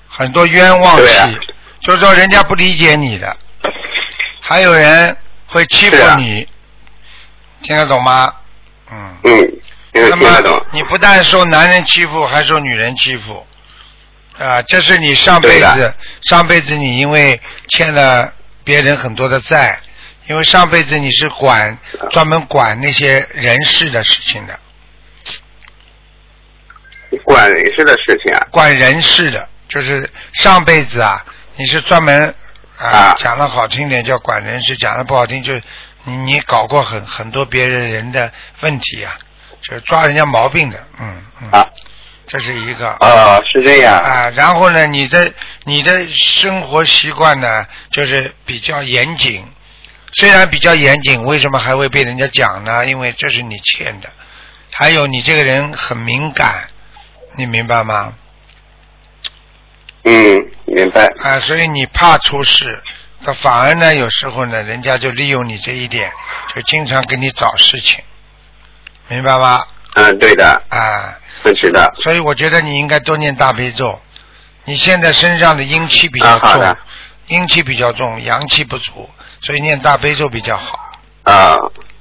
[SPEAKER 1] 很多冤枉
[SPEAKER 6] 对
[SPEAKER 1] 气，
[SPEAKER 6] 啊
[SPEAKER 1] 就是说人家不理解你的，还有人会欺负
[SPEAKER 6] 是啊
[SPEAKER 1] 你，听得懂吗？嗯。
[SPEAKER 6] 嗯，听
[SPEAKER 1] 那
[SPEAKER 6] 听得
[SPEAKER 1] 么
[SPEAKER 6] 懂，
[SPEAKER 1] 你不但受男人欺负，还受女人欺负，啊，这是你上辈
[SPEAKER 6] 对
[SPEAKER 1] 子
[SPEAKER 6] 的，
[SPEAKER 1] 上辈子你因为欠了别人很多的债，因为上辈子你是管专门管那些人事的事情的，
[SPEAKER 6] 管人事的事情啊，
[SPEAKER 1] 管人事的，就是上辈子啊，你是专门啊
[SPEAKER 6] 啊，
[SPEAKER 1] 讲的好听点叫管人事，讲的不好听就是你你搞过很很多别人人的问题啊，就是抓人家毛病的，嗯嗯
[SPEAKER 6] 啊，
[SPEAKER 1] 这是一个。
[SPEAKER 6] 哦，是这样，
[SPEAKER 1] 啊，然后呢，你的你的生活习惯呢，就是比较严谨。虽然比较严谨，为什么还会被人家讲呢？因为这是你欠的。还有你这个人很敏感，你明白吗？
[SPEAKER 6] 嗯，明白，
[SPEAKER 1] 啊，所以你怕出事，那反而呢，有时候呢，人家就利用你这一点，就经常给你找事情，明白吗？
[SPEAKER 6] 嗯，对的，
[SPEAKER 1] 啊，
[SPEAKER 6] 是知道。
[SPEAKER 1] 所以我觉得你应该多念大悲咒。你现在身上的阴气比较
[SPEAKER 6] 啊好
[SPEAKER 1] 重
[SPEAKER 6] 的，
[SPEAKER 1] 阴气比较重，阳气不足，所以念大悲咒比较好，
[SPEAKER 6] 啊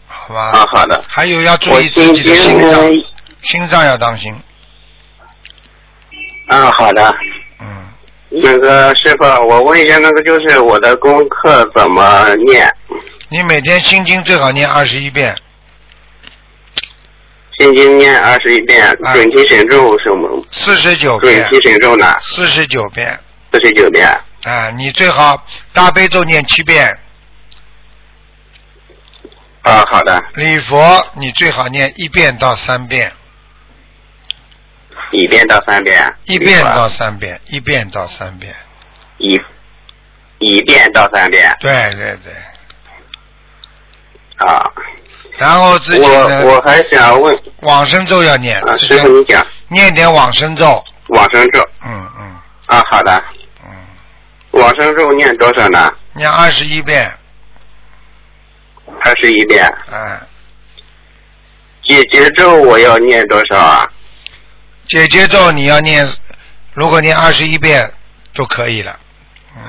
[SPEAKER 1] 好吧？
[SPEAKER 6] 啊，好的。
[SPEAKER 1] 还有要注
[SPEAKER 6] 我
[SPEAKER 1] 意自
[SPEAKER 6] 今
[SPEAKER 1] 己的
[SPEAKER 6] 天
[SPEAKER 1] 心脏，
[SPEAKER 6] 呢，
[SPEAKER 1] 心脏要当心。
[SPEAKER 6] 嗯，好的。
[SPEAKER 1] 嗯，
[SPEAKER 6] 那个师傅，我问一下，那个就是我的功课怎么念？
[SPEAKER 1] 你每天心经最好念二十一遍，
[SPEAKER 6] 心经念二十一遍，
[SPEAKER 1] 啊
[SPEAKER 6] 准提神咒什么？
[SPEAKER 1] 四十九
[SPEAKER 6] 准
[SPEAKER 1] 遍，
[SPEAKER 6] 提神咒呢？
[SPEAKER 1] 四十九遍。
[SPEAKER 6] 四十九遍。
[SPEAKER 1] 啊，你最好大悲咒念七遍，
[SPEAKER 6] 啊，好的，
[SPEAKER 1] 礼佛你最好念一遍到三遍，
[SPEAKER 6] 一遍到三遍。
[SPEAKER 1] 一遍到三遍，一遍到三遍。
[SPEAKER 6] 一一遍到三遍
[SPEAKER 1] 对对对。
[SPEAKER 6] 啊。
[SPEAKER 1] 然后自己
[SPEAKER 6] 我
[SPEAKER 1] 呢，
[SPEAKER 6] 我还想问
[SPEAKER 1] 往生咒要念，
[SPEAKER 6] 啊，
[SPEAKER 1] 自己
[SPEAKER 6] 师傅你讲
[SPEAKER 1] 念点往生咒。
[SPEAKER 6] 往生咒
[SPEAKER 1] 嗯嗯
[SPEAKER 6] 啊，好的，
[SPEAKER 1] 嗯，
[SPEAKER 6] 往生咒念多少呢？
[SPEAKER 1] 念二十一遍，
[SPEAKER 6] 二十一遍。
[SPEAKER 1] 啊，
[SPEAKER 6] 解结咒我要念多少啊？
[SPEAKER 1] 姐姐咒你要念，如果念二十一遍就可以了。嗯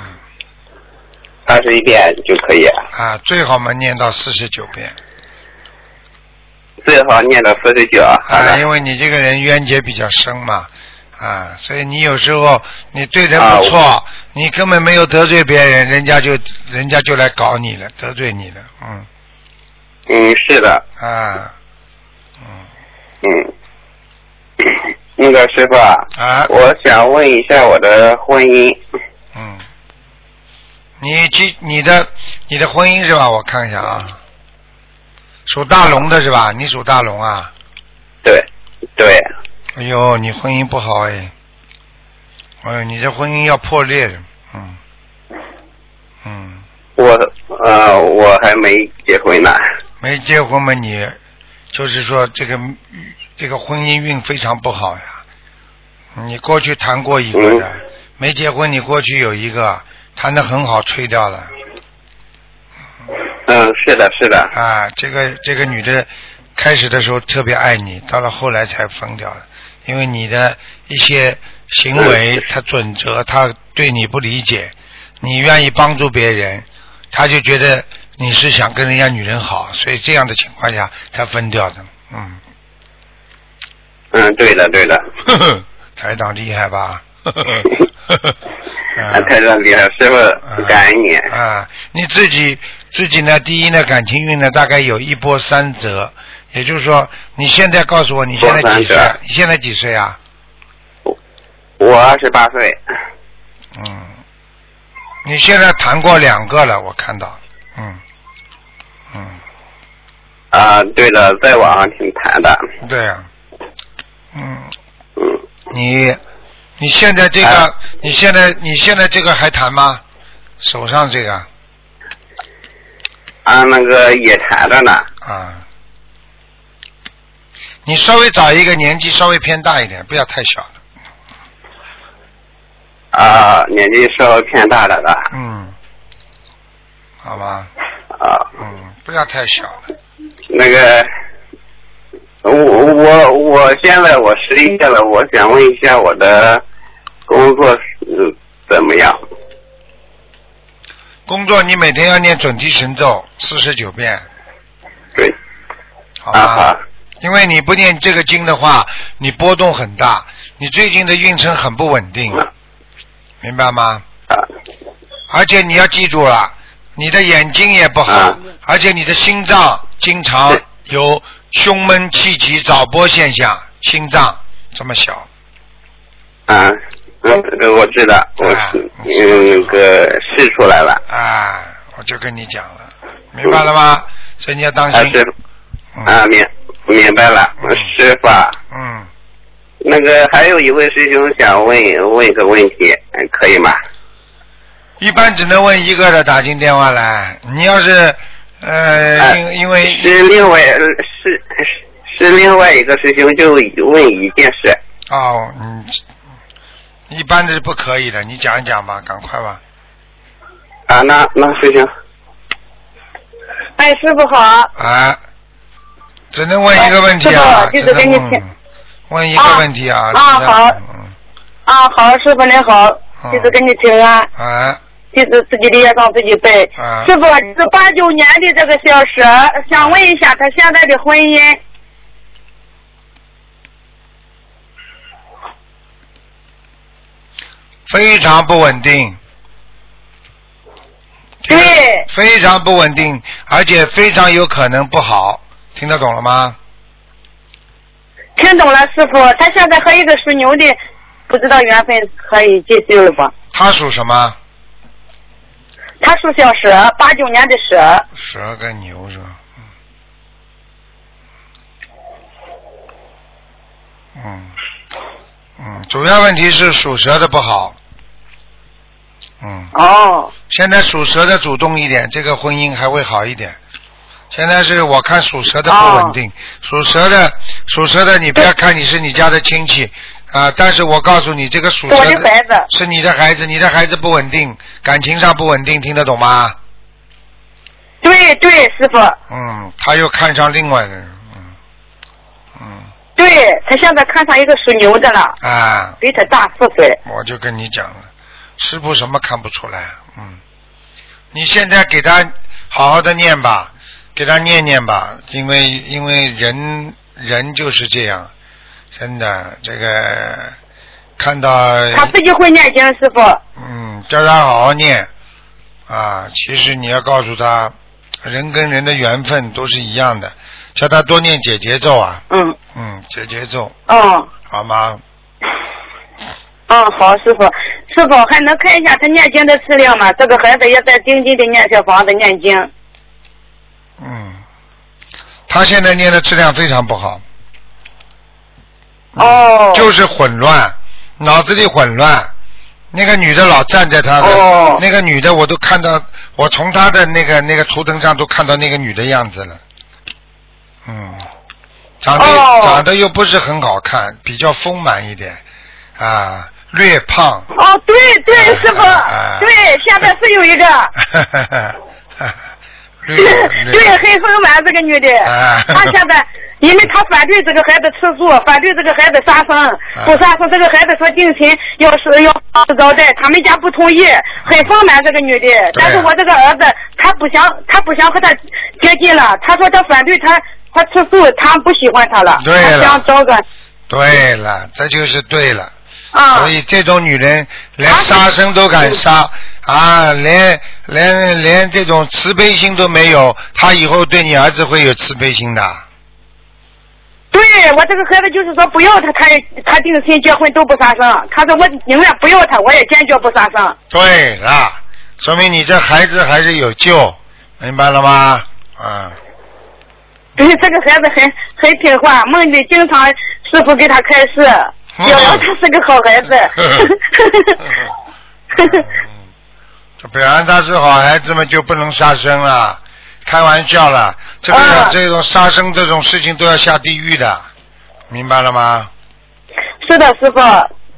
[SPEAKER 6] 二十一遍就可以啊，
[SPEAKER 1] 啊，最好嘛念到四十九遍
[SPEAKER 6] 最好念到四十九。好
[SPEAKER 1] 啊，
[SPEAKER 6] 的
[SPEAKER 1] 因为你这个人冤结比较深嘛，啊，所以你有时候你对人
[SPEAKER 6] 啊
[SPEAKER 1] 不
[SPEAKER 6] 我
[SPEAKER 1] 错，你根本没有得罪别人，人家就人家就来搞你了，得罪你了，嗯
[SPEAKER 6] 嗯，是的，
[SPEAKER 1] 啊，嗯
[SPEAKER 6] 嗯。 <clears throat> 那个师傅啊，
[SPEAKER 1] 啊，
[SPEAKER 6] 我想问一下我的婚姻，
[SPEAKER 1] 嗯，你记你的你的婚姻是吧？我看一下啊，属大龙的是吧？你属大龙啊？
[SPEAKER 6] 对，对，
[SPEAKER 1] 哎呦，你婚姻不好哎，哎呦，你这婚姻要破裂的，嗯，嗯，
[SPEAKER 6] 我呃我还没结婚呢，
[SPEAKER 1] 没结婚嘛你，就是说这个这个婚姻运非常不好呀，你过去谈过一个的，没结婚，你过去有一个谈的很好，吹掉了
[SPEAKER 6] 嗯，是的，是的，
[SPEAKER 1] 啊。这个这个女的开始的时候特别爱你，到了后来才分掉了，因为你的一些行为，她准则，她对你不理解，你愿意帮助别人，她就觉得你是想跟人家女人好，所以这样的情况下才分掉的。嗯，
[SPEAKER 6] 嗯，对的，对的，
[SPEAKER 1] 呵呵，
[SPEAKER 6] <laughs>
[SPEAKER 1] 台长厉害吧？呵呵呵呵，啊
[SPEAKER 6] 啊，太让厉害，师傅感恩你，
[SPEAKER 1] 啊，你自己自己呢，第一呢，感情运呢，大概有一波三折，也就是说，你现在告诉我，你现在几岁
[SPEAKER 6] 波三
[SPEAKER 1] 啊
[SPEAKER 6] 折？
[SPEAKER 1] 你现在几岁啊？
[SPEAKER 6] 我二十八岁，
[SPEAKER 1] 嗯，你现在谈过两个了，我看到，嗯，嗯，
[SPEAKER 6] 啊，对的，在网上挺谈的，
[SPEAKER 1] 对呀、嗯，
[SPEAKER 6] 嗯，
[SPEAKER 1] 你你现在这个，
[SPEAKER 6] 啊
[SPEAKER 1] 你现在你现在这个还谈吗？手上这个
[SPEAKER 6] 啊，那个也谈着呢，
[SPEAKER 1] 啊，你稍微找一个年纪稍微偏大一点，不要太小的。
[SPEAKER 6] 啊，年纪稍微偏大点的，
[SPEAKER 1] 嗯，好吧，
[SPEAKER 6] 啊，
[SPEAKER 1] 嗯，不要太小了。
[SPEAKER 6] 那个，我我我现在我失业了，我想问一下我的工作是怎么样？
[SPEAKER 1] 工作你每天要念准提神咒四十九遍，
[SPEAKER 6] 对，
[SPEAKER 1] 好吧？
[SPEAKER 6] 啊哈，
[SPEAKER 1] 因为你不念这个经的话，你波动很大，你最近的运程很不稳定，
[SPEAKER 6] 嗯
[SPEAKER 1] 明白吗？
[SPEAKER 6] 啊
[SPEAKER 1] 而且你要记住了，你的眼睛也不好，
[SPEAKER 6] 啊
[SPEAKER 1] 而且你的心脏经常
[SPEAKER 6] 是
[SPEAKER 1] 有胸闷气急早搏现象，心脏这么小，
[SPEAKER 6] 啊，嗯，这个我知道，我
[SPEAKER 1] 啊
[SPEAKER 6] 嗯那个试出来了，
[SPEAKER 1] 啊，我就跟你讲了，明白了吗？所以你要当
[SPEAKER 6] 啊
[SPEAKER 1] 心。
[SPEAKER 6] 师
[SPEAKER 1] 嗯
[SPEAKER 6] 啊明明白了，师傅啊。
[SPEAKER 1] 嗯，
[SPEAKER 6] 那个还有一位师兄想问问一个问题，嗯可以吗？
[SPEAKER 1] 一般只能问一个的打进电话来。你要是呃，
[SPEAKER 6] 哎
[SPEAKER 1] 因因为
[SPEAKER 6] 是另外呃是是是另外一个师兄就问一件事，
[SPEAKER 1] 哦，嗯，一般的是不可以的。你讲一讲吧，赶快吧。
[SPEAKER 6] 啊，那那师兄，
[SPEAKER 7] 哎，师傅好。
[SPEAKER 1] 啊，只能问一个问题啊，
[SPEAKER 7] 哎师
[SPEAKER 1] 只
[SPEAKER 7] 傅就是跟
[SPEAKER 1] 能
[SPEAKER 7] 你
[SPEAKER 1] 问问一个问题啊。
[SPEAKER 7] 啊啊
[SPEAKER 1] 只能
[SPEAKER 7] 好
[SPEAKER 1] 嗯
[SPEAKER 7] 啊，好，师傅您好，弟子跟你请安，
[SPEAKER 1] 啊
[SPEAKER 7] 弟子自己的业障自己背。
[SPEAKER 1] 啊
[SPEAKER 7] 师，傅，是八九年的这个小蛇，想问一下他现在的婚姻。
[SPEAKER 1] 嗯非常不稳定。
[SPEAKER 7] 对，
[SPEAKER 1] 非常不稳定，而且非常有可能不好，听得懂了吗？
[SPEAKER 7] 听懂了，师傅，他现在和一个属牛的，不知道缘分可以继续了不？
[SPEAKER 1] 他属什么？
[SPEAKER 7] 他属小蛇，八九年的蛇。
[SPEAKER 1] 蛇跟牛是吧？嗯嗯嗯，主要问题是属蛇的不好。嗯，
[SPEAKER 7] 哦，
[SPEAKER 1] 现在属蛇的主动一点，这个婚姻还会好一点。现在是我看属蛇的不
[SPEAKER 7] 哦
[SPEAKER 1] 稳定，属蛇的属蛇的，你不要看你是你家的亲戚啊、但是我告诉你，这个属
[SPEAKER 7] 是我
[SPEAKER 1] 蛇
[SPEAKER 7] 的孩子。
[SPEAKER 1] 是你的孩子，你的孩子不稳定，感情上不稳定，听得懂吗？
[SPEAKER 7] 对对，师傅，
[SPEAKER 1] 嗯，他又看上另外的人，嗯，嗯，
[SPEAKER 7] 对他现在看上一个属牛的了，
[SPEAKER 1] 啊，
[SPEAKER 7] 比他大四岁。
[SPEAKER 1] 我就跟你讲了，师傅什么看不出来，嗯，你现在给他好好的念吧，给他念念吧，因为因为人人就是这样，真的，这个看到，
[SPEAKER 7] 他自己会念经，师傅。
[SPEAKER 1] 嗯，叫他好好念，啊，其实你要告诉他，人跟人的缘分都是一样的，叫他多念解结咒啊，
[SPEAKER 7] 嗯，
[SPEAKER 1] 嗯，解结咒。
[SPEAKER 7] 哦，
[SPEAKER 1] 好吗？
[SPEAKER 7] 嗯，好，师傅，师傅还能看一下他念经的质量吗？这个孩子也在盯紧的念小房子念经。
[SPEAKER 1] 嗯，他现在念的质量非常不好，
[SPEAKER 7] 哦，
[SPEAKER 1] 就是混乱，脑子里混乱。那个女的老站在他的，
[SPEAKER 7] 哦
[SPEAKER 1] 那个女的我都看到，我从他的那个那个图腾上都看到那个女的样子了。嗯，长得、
[SPEAKER 7] 哦
[SPEAKER 1] 长得又不是很好看，比较丰满一点啊，略胖， <laughs>
[SPEAKER 2] 哦，对对，师傅
[SPEAKER 1] 啊，
[SPEAKER 2] 对，现在是有一个，
[SPEAKER 1] 略
[SPEAKER 2] <laughs> 对，
[SPEAKER 1] 略
[SPEAKER 2] 很丰满这个女的，
[SPEAKER 1] 嗯啊
[SPEAKER 2] 她现在，因为她反对这个孩子吃素，反对这个孩子杀
[SPEAKER 1] 啊
[SPEAKER 2] 生，不杀生，这个孩子说定亲，要是要是招待，他们家不同
[SPEAKER 1] 啊
[SPEAKER 2] 意，很丰满这个女的，但是我这个儿子，他不想，他不想和他接近了，他说他反对他，他吃素，他不喜欢他了，
[SPEAKER 1] 对
[SPEAKER 2] 他
[SPEAKER 1] 了
[SPEAKER 2] 想找个，
[SPEAKER 1] 对了，这就是对了。
[SPEAKER 2] 啊、
[SPEAKER 1] 所以这种女人连杀生都敢杀
[SPEAKER 2] 嗯
[SPEAKER 1] 啊，连连连这种慈悲心都没有，她以后对你儿子会有慈悲心的。
[SPEAKER 2] 对我这个孩子就是说不要他，他也他定亲结婚都不杀生。他说我宁愿不要他，我也坚决不杀生。
[SPEAKER 1] 对了，说明你这孩子还是有救，明白了吗？啊，
[SPEAKER 2] 对， <laughs> 这个孩子很很听话，梦里经常师傅给他开示，
[SPEAKER 1] 嗯
[SPEAKER 2] 表扬他是个好孩 <laughs> 子。
[SPEAKER 1] 嗯这表扬他是好孩子们就不能杀生了，开玩笑了，这个、
[SPEAKER 2] 啊
[SPEAKER 1] 这种杀生这种事情都要下地狱的，明白了吗？
[SPEAKER 2] <laughs> 是的，师傅，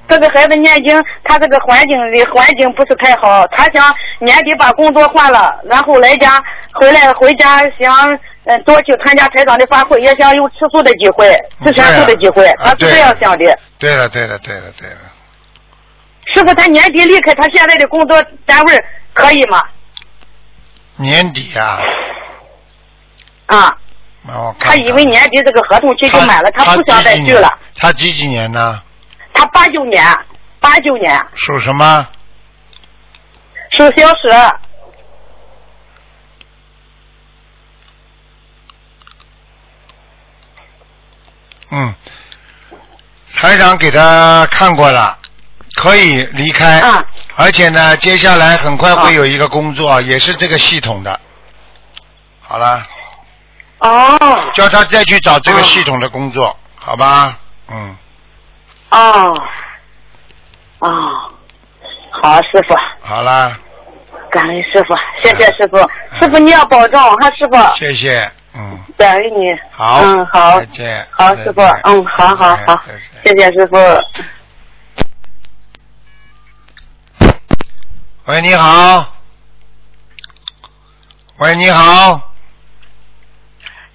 [SPEAKER 2] 这个孩子念经，他这个环境里环境不是太好，他想年底把工作换了，然后来家回来回家想。嗯，多去参加台长的发会，也想有吃素的机会，吃全素的机会，
[SPEAKER 1] 啊
[SPEAKER 2] 他是这样想的。
[SPEAKER 1] 对了，对了，对了，对了，
[SPEAKER 2] 师傅，他年底离开他现在的工作单位儿可以吗？
[SPEAKER 1] 年底啊，
[SPEAKER 2] 啊，
[SPEAKER 1] 那我哦看
[SPEAKER 2] 他以为年底这个合同期就满了，他不想再续了。。
[SPEAKER 1] 他几几年呢？
[SPEAKER 2] 他八九年，八九年
[SPEAKER 1] 属什么？
[SPEAKER 2] 属小蛇，
[SPEAKER 1] 嗯，台长给他看过了，可以离开。
[SPEAKER 2] 啊
[SPEAKER 1] 而且呢，接下来很快会有一个工作，啊也是这个系统的。好了，
[SPEAKER 2] 哦
[SPEAKER 1] 叫他再去找这个
[SPEAKER 2] 哦
[SPEAKER 1] 系统的工作，好吧？嗯，
[SPEAKER 2] 哦哦，好，师傅，
[SPEAKER 1] 好啦，
[SPEAKER 2] 感恩师傅，谢谢师傅，师傅你要保重哈，师傅，
[SPEAKER 1] 谢谢，嗯，
[SPEAKER 2] 感恩你，
[SPEAKER 1] 好，
[SPEAKER 2] 嗯好
[SPEAKER 1] 再，见，
[SPEAKER 2] 好
[SPEAKER 1] 再
[SPEAKER 2] 师傅
[SPEAKER 1] 见，
[SPEAKER 2] 嗯好好
[SPEAKER 1] 再
[SPEAKER 2] 好
[SPEAKER 1] 见再见，
[SPEAKER 2] 谢谢师傅，
[SPEAKER 1] 喂，你好。喂，你好。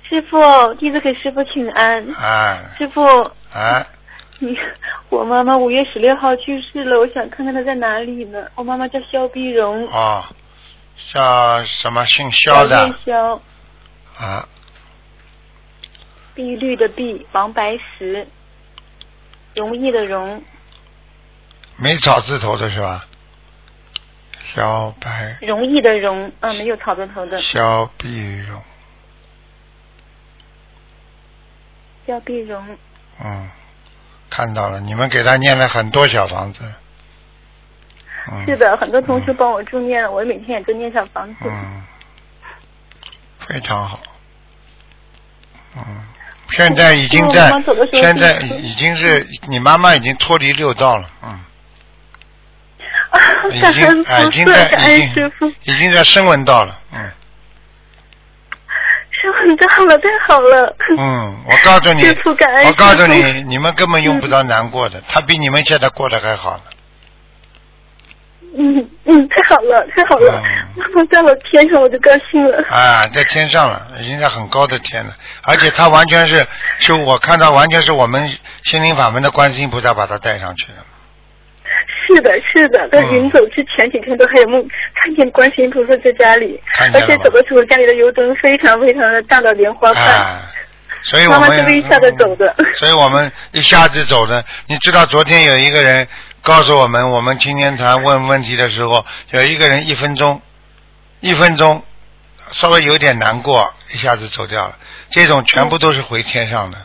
[SPEAKER 8] 师傅，弟子给师傅请安。
[SPEAKER 1] 哎
[SPEAKER 8] 师傅，
[SPEAKER 1] 哎，
[SPEAKER 8] 你我妈妈五月十六号去世了，我想看看她在哪里呢？我妈妈叫肖碧荣，
[SPEAKER 1] 哦，叫什么姓肖
[SPEAKER 8] 小叶
[SPEAKER 1] 的
[SPEAKER 8] 肖，
[SPEAKER 1] 啊？
[SPEAKER 8] 碧绿的碧，王白石，容易的容，
[SPEAKER 1] 没草字头的是吧？肖白
[SPEAKER 8] 容易的容，啊，没有草字头的
[SPEAKER 1] 肖碧荣，
[SPEAKER 8] 肖碧荣。
[SPEAKER 1] 嗯，看到了，你们给他念了很多小房子。嗯、
[SPEAKER 8] 是。的，很多同学帮我助念了，我每天也都念小房子。 <laughs>
[SPEAKER 1] 嗯，非常好。嗯，现在已经在
[SPEAKER 8] 我妈妈走的时，候
[SPEAKER 1] 现在
[SPEAKER 8] 第一次
[SPEAKER 1] 已经是你妈妈已经脱离六道了，
[SPEAKER 8] <laughs>
[SPEAKER 1] 嗯，
[SPEAKER 8] 啊
[SPEAKER 1] 已
[SPEAKER 8] 感
[SPEAKER 1] 经
[SPEAKER 8] 恩
[SPEAKER 1] 哎已
[SPEAKER 8] 菩
[SPEAKER 1] 经
[SPEAKER 8] 萨，
[SPEAKER 1] 在
[SPEAKER 8] 感
[SPEAKER 1] 已
[SPEAKER 8] 恩
[SPEAKER 1] 经
[SPEAKER 8] 师傅，
[SPEAKER 1] 已经在声闻道了，嗯
[SPEAKER 8] 师傅你太好了，太好了。
[SPEAKER 1] 嗯，我告诉你
[SPEAKER 8] 师父感，恩
[SPEAKER 1] 我告诉
[SPEAKER 8] 师
[SPEAKER 1] 你，你们根本用不着难过的，他比你们现在过得还好呢，
[SPEAKER 8] 嗯嗯，太好了，太好了！
[SPEAKER 1] 嗯
[SPEAKER 8] 妈 <laughs> 妈在我天上，我就高兴了。
[SPEAKER 1] 啊，在天上了，已经在很高的天了，而且他完全是，是我看到完全是我们心灵法门的观世音菩萨把他带上去的，
[SPEAKER 8] 是的，是的，在
[SPEAKER 1] 嗯
[SPEAKER 8] 临走之前几天都还有梦，看见观世音菩萨在家里
[SPEAKER 1] 看，见了
[SPEAKER 8] 而且
[SPEAKER 1] 吗
[SPEAKER 8] 走的时候家里的油灯非常非常的大到莲花瓣。
[SPEAKER 1] 啊，所以我们嗯
[SPEAKER 8] 妈妈就是一下子走的
[SPEAKER 1] 所以我们一下子走的。你知道昨天有一个人告诉我们，我们青年团问问题的时候，有一个人一分钟，一分钟稍微有点难过，一下子走掉了。这种全部都是回天上的。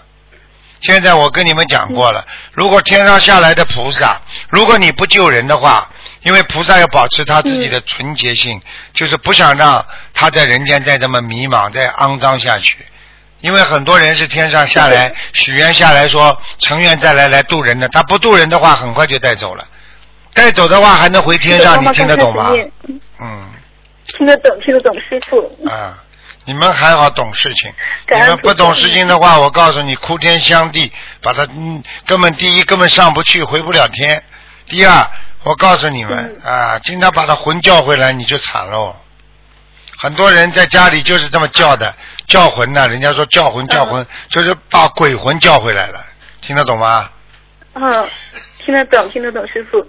[SPEAKER 1] 现在我跟你们讲过
[SPEAKER 8] 嗯
[SPEAKER 1] 了，如果天上下来的菩萨，如果你不救人的话，因为菩萨要保持他自己的纯洁性，就是不想让他在人间再这么迷茫、再肮脏下去。因为很多人是天上下来许愿下来说成愿再来来渡人的，他不渡人的话，很快就带走了。带走的话还能回天上，
[SPEAKER 8] 妈
[SPEAKER 1] 你
[SPEAKER 8] 妈
[SPEAKER 1] 听
[SPEAKER 8] 刚
[SPEAKER 1] 得
[SPEAKER 8] 开始
[SPEAKER 1] 懂吗？
[SPEAKER 8] 念
[SPEAKER 1] 嗯
[SPEAKER 8] 听得懂，听得懂，师傅。
[SPEAKER 1] 啊，你们还好懂事情，你
[SPEAKER 8] 感恩
[SPEAKER 1] 们不
[SPEAKER 8] 菩萨
[SPEAKER 1] 懂事情的话，我告诉你，哭天相地，把他嗯，根本第一根本上不去，回不了天。第二，我告诉你
[SPEAKER 8] 嗯
[SPEAKER 1] 们啊，经常把他魂叫回来，你就惨喽。很多人在家里就是这么叫的，叫魂呐、人家说叫魂叫
[SPEAKER 8] 嗯
[SPEAKER 1] 魂，就是把鬼魂叫回来了，听得懂吗？
[SPEAKER 8] 嗯，听得懂，听得懂，师傅。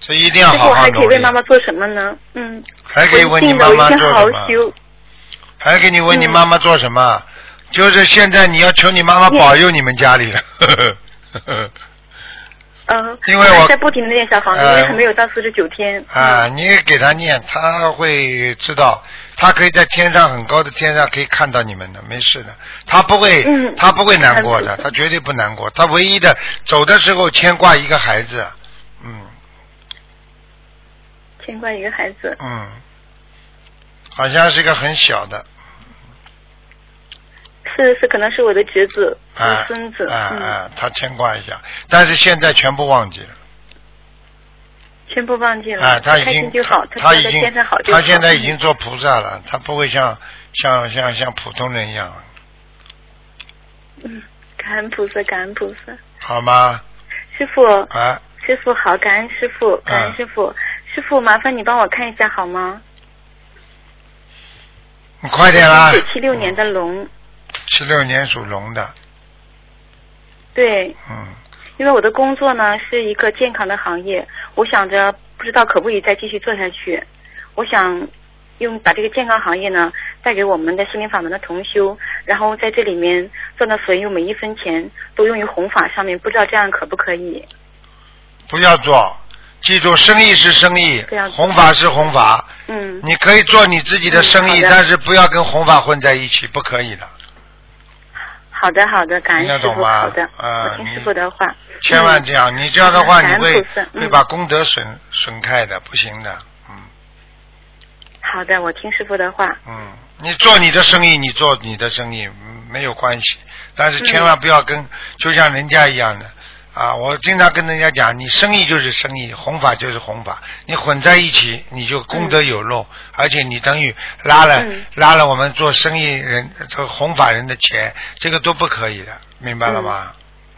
[SPEAKER 1] 所以一定
[SPEAKER 8] 师
[SPEAKER 1] 要
[SPEAKER 8] 傅，
[SPEAKER 1] 好
[SPEAKER 8] 哎我
[SPEAKER 1] 好
[SPEAKER 8] 还可以
[SPEAKER 1] 努
[SPEAKER 8] 为
[SPEAKER 1] 力。
[SPEAKER 8] 妈妈做什么呢？嗯，
[SPEAKER 1] 还可以
[SPEAKER 8] 我
[SPEAKER 1] 问
[SPEAKER 8] 一
[SPEAKER 1] 你
[SPEAKER 8] 定
[SPEAKER 1] 妈
[SPEAKER 8] 有
[SPEAKER 1] 妈
[SPEAKER 8] 一
[SPEAKER 1] 做
[SPEAKER 8] 天好嗯
[SPEAKER 1] 什
[SPEAKER 8] 好
[SPEAKER 1] 么？
[SPEAKER 8] 修。
[SPEAKER 1] 还给你问你妈妈做什么？就是现在你要求你妈妈保佑你们家里了。 <laughs>
[SPEAKER 8] 嗯，
[SPEAKER 1] 因为我
[SPEAKER 8] 还在不停的练小房子，
[SPEAKER 1] 呃
[SPEAKER 8] 因为还没有到四十九天。嗯
[SPEAKER 1] 啊，你也给他念，他会知道，他可以在天上很高的天上可以看到你们的，没事的，他不会，
[SPEAKER 8] 嗯
[SPEAKER 1] 他不会难过的，他绝对不难过，他唯一的走的时候牵挂一个孩子，嗯
[SPEAKER 8] 牵挂一个孩子，
[SPEAKER 1] 嗯，好像是一个很小的
[SPEAKER 8] 是是，可能是我的侄子、
[SPEAKER 1] 啊
[SPEAKER 8] 我孙子，
[SPEAKER 1] 啊
[SPEAKER 8] 嗯，
[SPEAKER 1] 啊，他牵挂一下，但是现在全部忘记了。
[SPEAKER 8] 全部忘记了。
[SPEAKER 1] 啊，他已
[SPEAKER 8] 开
[SPEAKER 1] 经
[SPEAKER 8] 心就好，
[SPEAKER 1] 他
[SPEAKER 8] 现
[SPEAKER 1] 已
[SPEAKER 8] 在
[SPEAKER 1] 经
[SPEAKER 8] 天生好就好。
[SPEAKER 1] 他现在已经做菩萨了，他不会像像像像普通人一样，
[SPEAKER 8] 嗯，感恩菩萨，感恩菩萨，
[SPEAKER 1] 好吗？
[SPEAKER 8] 师傅，
[SPEAKER 1] 啊，
[SPEAKER 8] 师傅好，感恩师傅，感恩
[SPEAKER 1] 嗯
[SPEAKER 8] 师傅，师傅麻烦你帮我看一下好吗？
[SPEAKER 1] 你快点啦！嗯
[SPEAKER 8] 九七六年的龙，
[SPEAKER 1] 七六年属龙的，
[SPEAKER 8] 对，
[SPEAKER 1] 嗯，
[SPEAKER 8] 因为我的工作呢是一个健康的行业，我想着不知道可不可以再继续做下去。我想用把这个健康行业呢带给我们的心灵法门的同修，然后在这里面赚的所有每一分钱都用于弘法上面，不知道这样可不可以？
[SPEAKER 1] 不要做，记住，生意是生意
[SPEAKER 8] 不要，做
[SPEAKER 1] 弘法是弘法，
[SPEAKER 8] 嗯，
[SPEAKER 1] 你可以做你自己的生意，
[SPEAKER 8] 嗯好的
[SPEAKER 1] 但是不要跟弘法混在一起，不可以的，
[SPEAKER 8] 好的好的，感恩
[SPEAKER 1] 听得
[SPEAKER 8] 师
[SPEAKER 1] 懂
[SPEAKER 8] 傅，
[SPEAKER 1] 吗
[SPEAKER 8] 好的，
[SPEAKER 1] 啊
[SPEAKER 8] 我听
[SPEAKER 1] 你
[SPEAKER 8] 师傅的话。嗯
[SPEAKER 1] 千万这样，你这样的话，
[SPEAKER 8] 感
[SPEAKER 1] 你
[SPEAKER 8] 恩
[SPEAKER 1] 会
[SPEAKER 8] 菩萨嗯
[SPEAKER 1] 会把功德损损开的，不行的，嗯。
[SPEAKER 8] 好的，我听师傅的话。
[SPEAKER 1] 嗯，你做你的生意，你做你的生意嗯没有关系，但是千万不要跟、就像人家一样的啊！我经常跟人家讲，你生意就是生意，弘法就是弘法，你混在一起，你就功德有漏，而且你等于拉了、
[SPEAKER 8] 嗯
[SPEAKER 1] 拉了我们做生意人这个弘法人的钱，这个都不可以的，明白了吗？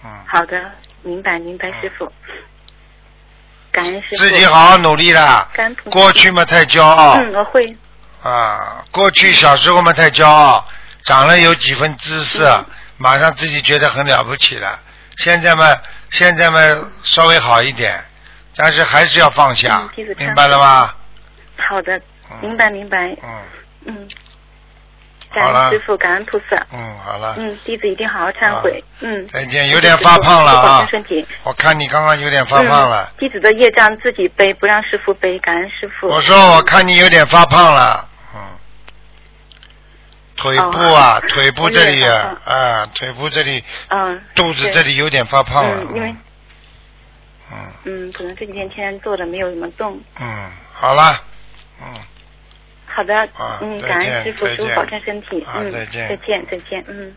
[SPEAKER 1] 嗯，
[SPEAKER 8] 好的，明白明白，师傅。感恩师傅。
[SPEAKER 1] 自己好好努力啦。
[SPEAKER 8] 感恩菩萨。
[SPEAKER 1] 过去嘛太骄傲，
[SPEAKER 8] 嗯，我会。
[SPEAKER 1] 啊，过去小时候嘛太骄傲，长了有几分姿色，
[SPEAKER 8] 嗯
[SPEAKER 1] 马上自己觉得很了不起了。现在嘛，现在嘛稍微好一点，但是还是要放下
[SPEAKER 8] 嗯弟子，忏悔
[SPEAKER 1] 明白了吧？
[SPEAKER 8] 好的，
[SPEAKER 1] 嗯
[SPEAKER 8] 明。白明白，
[SPEAKER 1] 嗯
[SPEAKER 8] 嗯。感
[SPEAKER 1] 好了
[SPEAKER 8] 恩师傅，感恩菩萨。
[SPEAKER 1] 嗯，好了，
[SPEAKER 8] 嗯，弟子一定好好忏悔。嗯，
[SPEAKER 1] 啊再见。有点发胖了
[SPEAKER 8] 保
[SPEAKER 1] 啊
[SPEAKER 8] 重，身体。
[SPEAKER 1] 我看你刚刚有点发胖了
[SPEAKER 8] 嗯。。弟子的业障自己背，不让师傅背。感恩师傅。
[SPEAKER 1] 我说我看你有点发胖了，嗯，腿部啊，
[SPEAKER 8] 哦
[SPEAKER 1] 腿部这里
[SPEAKER 8] 有
[SPEAKER 1] 啊
[SPEAKER 8] 点，
[SPEAKER 1] 啊，腿部这里，
[SPEAKER 8] 嗯，
[SPEAKER 1] 肚子
[SPEAKER 8] 对
[SPEAKER 1] 这里有点发胖了。啊
[SPEAKER 8] 嗯，因为
[SPEAKER 1] 嗯
[SPEAKER 8] 嗯，可能这几天天天坐着没有怎么动。
[SPEAKER 1] 嗯，好了，嗯，
[SPEAKER 8] 好的
[SPEAKER 1] 啊，
[SPEAKER 8] 嗯，
[SPEAKER 1] 再
[SPEAKER 8] 感
[SPEAKER 1] 见
[SPEAKER 8] 恩师傅，
[SPEAKER 1] 再
[SPEAKER 8] 师傅
[SPEAKER 1] 见
[SPEAKER 8] 保重身体。
[SPEAKER 1] 啊
[SPEAKER 8] 嗯，
[SPEAKER 1] 再见
[SPEAKER 8] 再见，再见，嗯。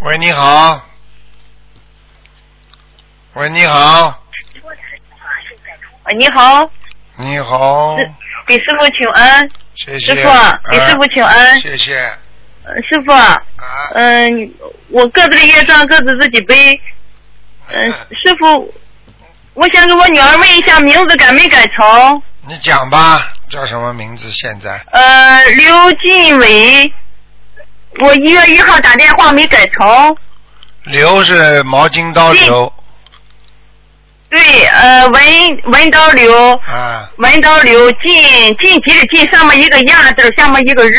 [SPEAKER 1] 喂，你好，喂，你好，
[SPEAKER 5] 喂，你好，
[SPEAKER 1] 你好，
[SPEAKER 5] 是给师傅请安，
[SPEAKER 1] 谢谢，
[SPEAKER 5] 师傅啊，给师傅请安
[SPEAKER 1] 啊，谢谢
[SPEAKER 5] 呃师傅啊，
[SPEAKER 1] 啊，
[SPEAKER 5] 嗯，我各自的业障各自自己背，
[SPEAKER 2] 呃
[SPEAKER 1] 哎
[SPEAKER 5] 嗯，师傅，我想给我女儿问一下名字改没改成，
[SPEAKER 1] 你讲吧，叫什么名字？现在
[SPEAKER 5] 呃，刘进伟，我一月一号打电话没改成，
[SPEAKER 1] 刘是毛巾刀刘
[SPEAKER 5] 对，呃，文文刀刘，
[SPEAKER 1] 啊，
[SPEAKER 5] 文刀刘晋晋级的晋，上面一个亚字，下面一个日，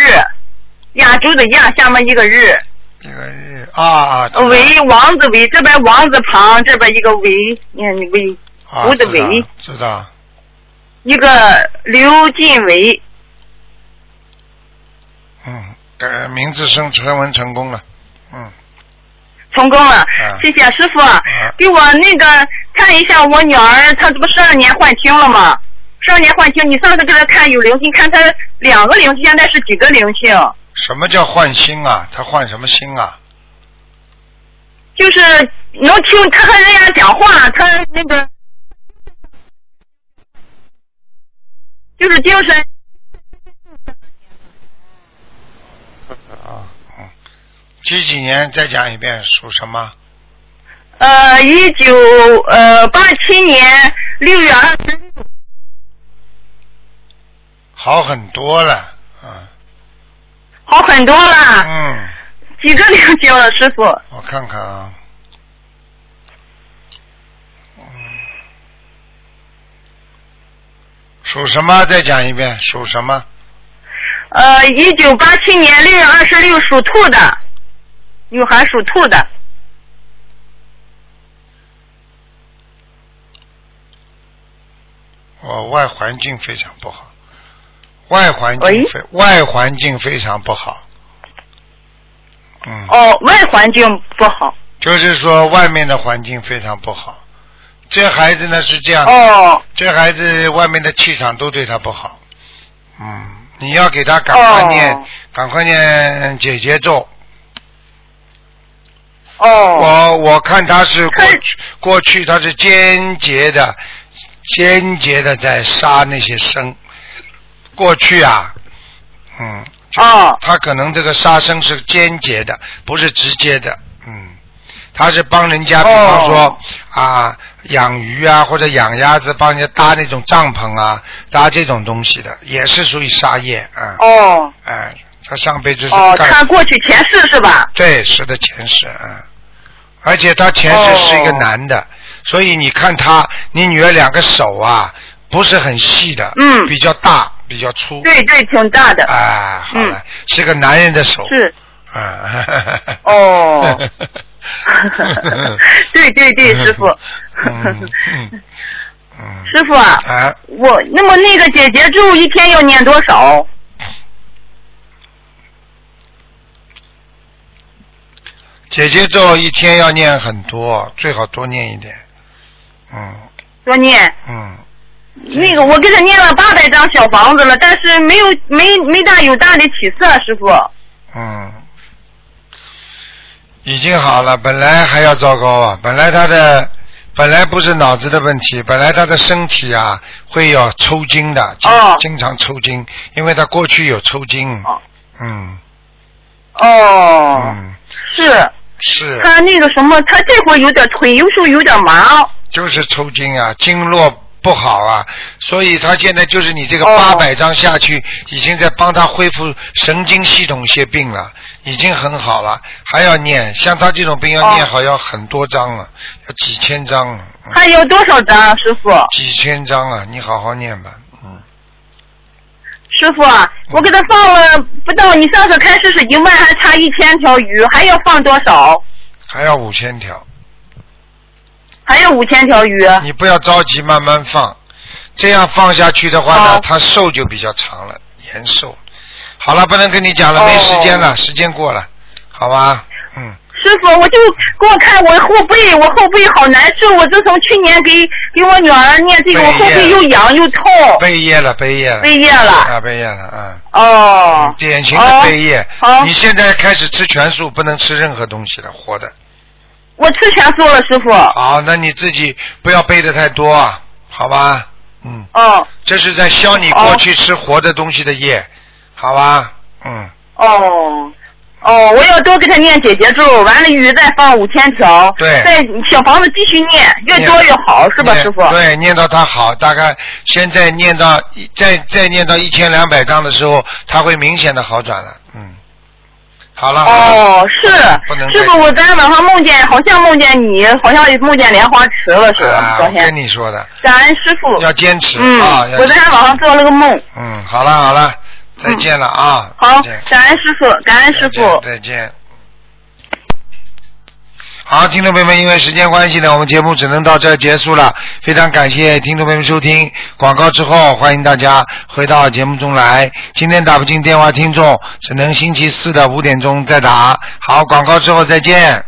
[SPEAKER 5] 亚洲的亚，下面一个日。
[SPEAKER 1] 一个日啊啊，知道
[SPEAKER 5] 为王字为，这边王字旁，这边一个嗯为，你看你为
[SPEAKER 1] 啊
[SPEAKER 5] 胡的
[SPEAKER 1] 知道
[SPEAKER 5] 伟
[SPEAKER 1] 知道，
[SPEAKER 5] 一个刘进伟，
[SPEAKER 1] 嗯，改名字生传闻成功了，嗯，
[SPEAKER 5] 成功了，
[SPEAKER 1] 嗯
[SPEAKER 5] 谢谢师傅，给我那个看一下我女儿，她这不十二年幻听了吗？十二年幻听，你上次给她看有灵性，看她两个灵性，现在是几个灵性？
[SPEAKER 1] 什么叫换星啊？他换什么星啊？
[SPEAKER 5] 就是能听她和人家讲话，她那个就是精神
[SPEAKER 1] 啊，嗯，几几年再讲一遍属什么？
[SPEAKER 2] 呃，一九呃八七年六月二十
[SPEAKER 1] 好很多了，嗯
[SPEAKER 2] 好很多了，
[SPEAKER 1] 嗯，
[SPEAKER 2] 几个灵性了，师傅。
[SPEAKER 1] 我看看啊，嗯，属什么？再讲一遍，属什么？
[SPEAKER 2] 呃，一九八七年六月二十六属兔的，女孩属兔的。
[SPEAKER 1] 哦，外环境非常不好，外环境非外环境非常不好，嗯，
[SPEAKER 2] 哦，外环境不好。
[SPEAKER 1] 就是说外面的环境非常不好。这孩子呢是这样，
[SPEAKER 2] 哦
[SPEAKER 1] 这孩子外面的气场都对他不好，嗯，你要给他赶快念，
[SPEAKER 2] 哦
[SPEAKER 1] 赶快念姐姐咒。
[SPEAKER 2] 哦
[SPEAKER 1] 我我看他是过去过去他是间接的间接的在杀那些生，过去啊，嗯，
[SPEAKER 2] 哦
[SPEAKER 1] 他可能这个杀生是间接的，不是直接的，嗯，他是帮人家，比方说、
[SPEAKER 2] 哦
[SPEAKER 1] 啊养鱼啊或者养鸭子，帮人家搭那种帐篷啊，搭这种东西的，也是属于杀业啊，哎、
[SPEAKER 2] 哦
[SPEAKER 1] 他上辈子是
[SPEAKER 2] 哦，
[SPEAKER 1] 干、
[SPEAKER 2] 他过去前世是吧？
[SPEAKER 1] 对，是的前世，嗯，而且他前
[SPEAKER 2] 哦
[SPEAKER 1] 世是一个男的，所以你看他，你女儿两个手啊，不是很细的，
[SPEAKER 2] 嗯
[SPEAKER 1] 比较大，比较粗，
[SPEAKER 2] 对对，挺大的。
[SPEAKER 1] 啊，好了，是个男人的手，
[SPEAKER 2] 嗯是
[SPEAKER 1] 啊，
[SPEAKER 2] 哦，
[SPEAKER 1] <laughs>
[SPEAKER 2] <laughs> 对对对，师傅，
[SPEAKER 1] 嗯嗯嗯，
[SPEAKER 2] 师傅啊，
[SPEAKER 1] 啊，
[SPEAKER 2] 我那么那个姐姐咒一天要念多少？
[SPEAKER 1] 姐姐咒一天要念很多，最好多念一点，嗯
[SPEAKER 2] 多念。
[SPEAKER 1] 嗯，
[SPEAKER 2] 那个我给他念了八百张小房子了，但是没有没没大有大的起色，师傅。
[SPEAKER 1] 嗯，已经好了，本来还要糟糕啊，本来他的本来不是脑子的问题，本来他的身体啊会有抽筋的，经、
[SPEAKER 2] 哦
[SPEAKER 1] 经常抽筋，因为他过去有抽筋，
[SPEAKER 2] 哦
[SPEAKER 1] 嗯
[SPEAKER 2] 哦，
[SPEAKER 1] 嗯
[SPEAKER 2] 是
[SPEAKER 1] 是
[SPEAKER 2] 他那个什么，他这会儿有点腿，有时候有点麻。
[SPEAKER 1] 就是抽筋啊，经络。不好啊，所以他现在就是你这个
[SPEAKER 2] 哦
[SPEAKER 1] 八百张下去，已经在帮他恢复神经系统一些病了，已经很好了，还要念，像他这种病要
[SPEAKER 2] 哦
[SPEAKER 1] 念好要很多张了，要几千张了。嗯
[SPEAKER 2] 还有多少张，师傅？
[SPEAKER 1] 几千张啊，你好好念吧，嗯，
[SPEAKER 2] 师傅啊，我给他放了不到，你上次开始是一万，还差一千条鱼，还要放多少？
[SPEAKER 1] 还要五千条，
[SPEAKER 2] 还有五千条鱼。
[SPEAKER 1] 你不要着急，慢慢放，这样放下去的话呢
[SPEAKER 2] 好，
[SPEAKER 1] 它寿就比较长了，延寿。好了，不能跟你讲
[SPEAKER 2] 哦
[SPEAKER 1] 了，没时间了，时间过了，好吧，嗯，
[SPEAKER 2] 师傅，我就给我看我后背，我后背好难受。我自从去年给给我女儿念这个，
[SPEAKER 1] 背
[SPEAKER 2] 我
[SPEAKER 1] 业
[SPEAKER 2] 后背又痒又痛，
[SPEAKER 1] 背业了，背业了，
[SPEAKER 2] 哦背业了。
[SPEAKER 1] 啊，背业了，嗯。
[SPEAKER 2] 哦，
[SPEAKER 1] 典型的背业
[SPEAKER 2] 好，
[SPEAKER 1] 你现在开始吃全素，不能吃任何东西了，活的。
[SPEAKER 2] 哦我吃全素了，师傅。
[SPEAKER 1] 好，那你自己不要背的太多啊，好吧？嗯。
[SPEAKER 2] 哦
[SPEAKER 1] 这是在消你过去吃活的东西的业，好吧？嗯，
[SPEAKER 2] 哦哦，我要多给他念姐姐咒，完了鱼再放五千条，
[SPEAKER 1] 对
[SPEAKER 2] 再小房子继续念，越多越好，是吧，
[SPEAKER 1] 念
[SPEAKER 2] 师傅？
[SPEAKER 1] 对，念到它好，大概现在念到一再再念到一千两百章的时候，它会明显的好转了。嗯，好了。好了
[SPEAKER 2] 哦，是
[SPEAKER 1] 啊不能再
[SPEAKER 2] 师傅，我昨天晚上梦见，好像梦见你，好像梦见莲花池了似的。
[SPEAKER 1] 啊，
[SPEAKER 2] 昨
[SPEAKER 1] 我
[SPEAKER 2] 天
[SPEAKER 1] 跟，你说的，
[SPEAKER 2] 感恩师傅。
[SPEAKER 1] 要坚持
[SPEAKER 2] 嗯
[SPEAKER 1] 啊！，要
[SPEAKER 2] 我昨天晚上做了个梦。
[SPEAKER 1] 嗯，好了好了，再见了啊！
[SPEAKER 2] 嗯好
[SPEAKER 1] 再见，
[SPEAKER 2] 感恩师傅，感恩师傅。
[SPEAKER 1] 再见。再见好，听众朋友们，因为时间关系呢，我们节目只能到这儿结束了。非常感谢听众朋友们收听广告之后，欢迎大家回到节目中来。今天打不进电话，听众只能星期四的五点钟再打。好，广告之后再见。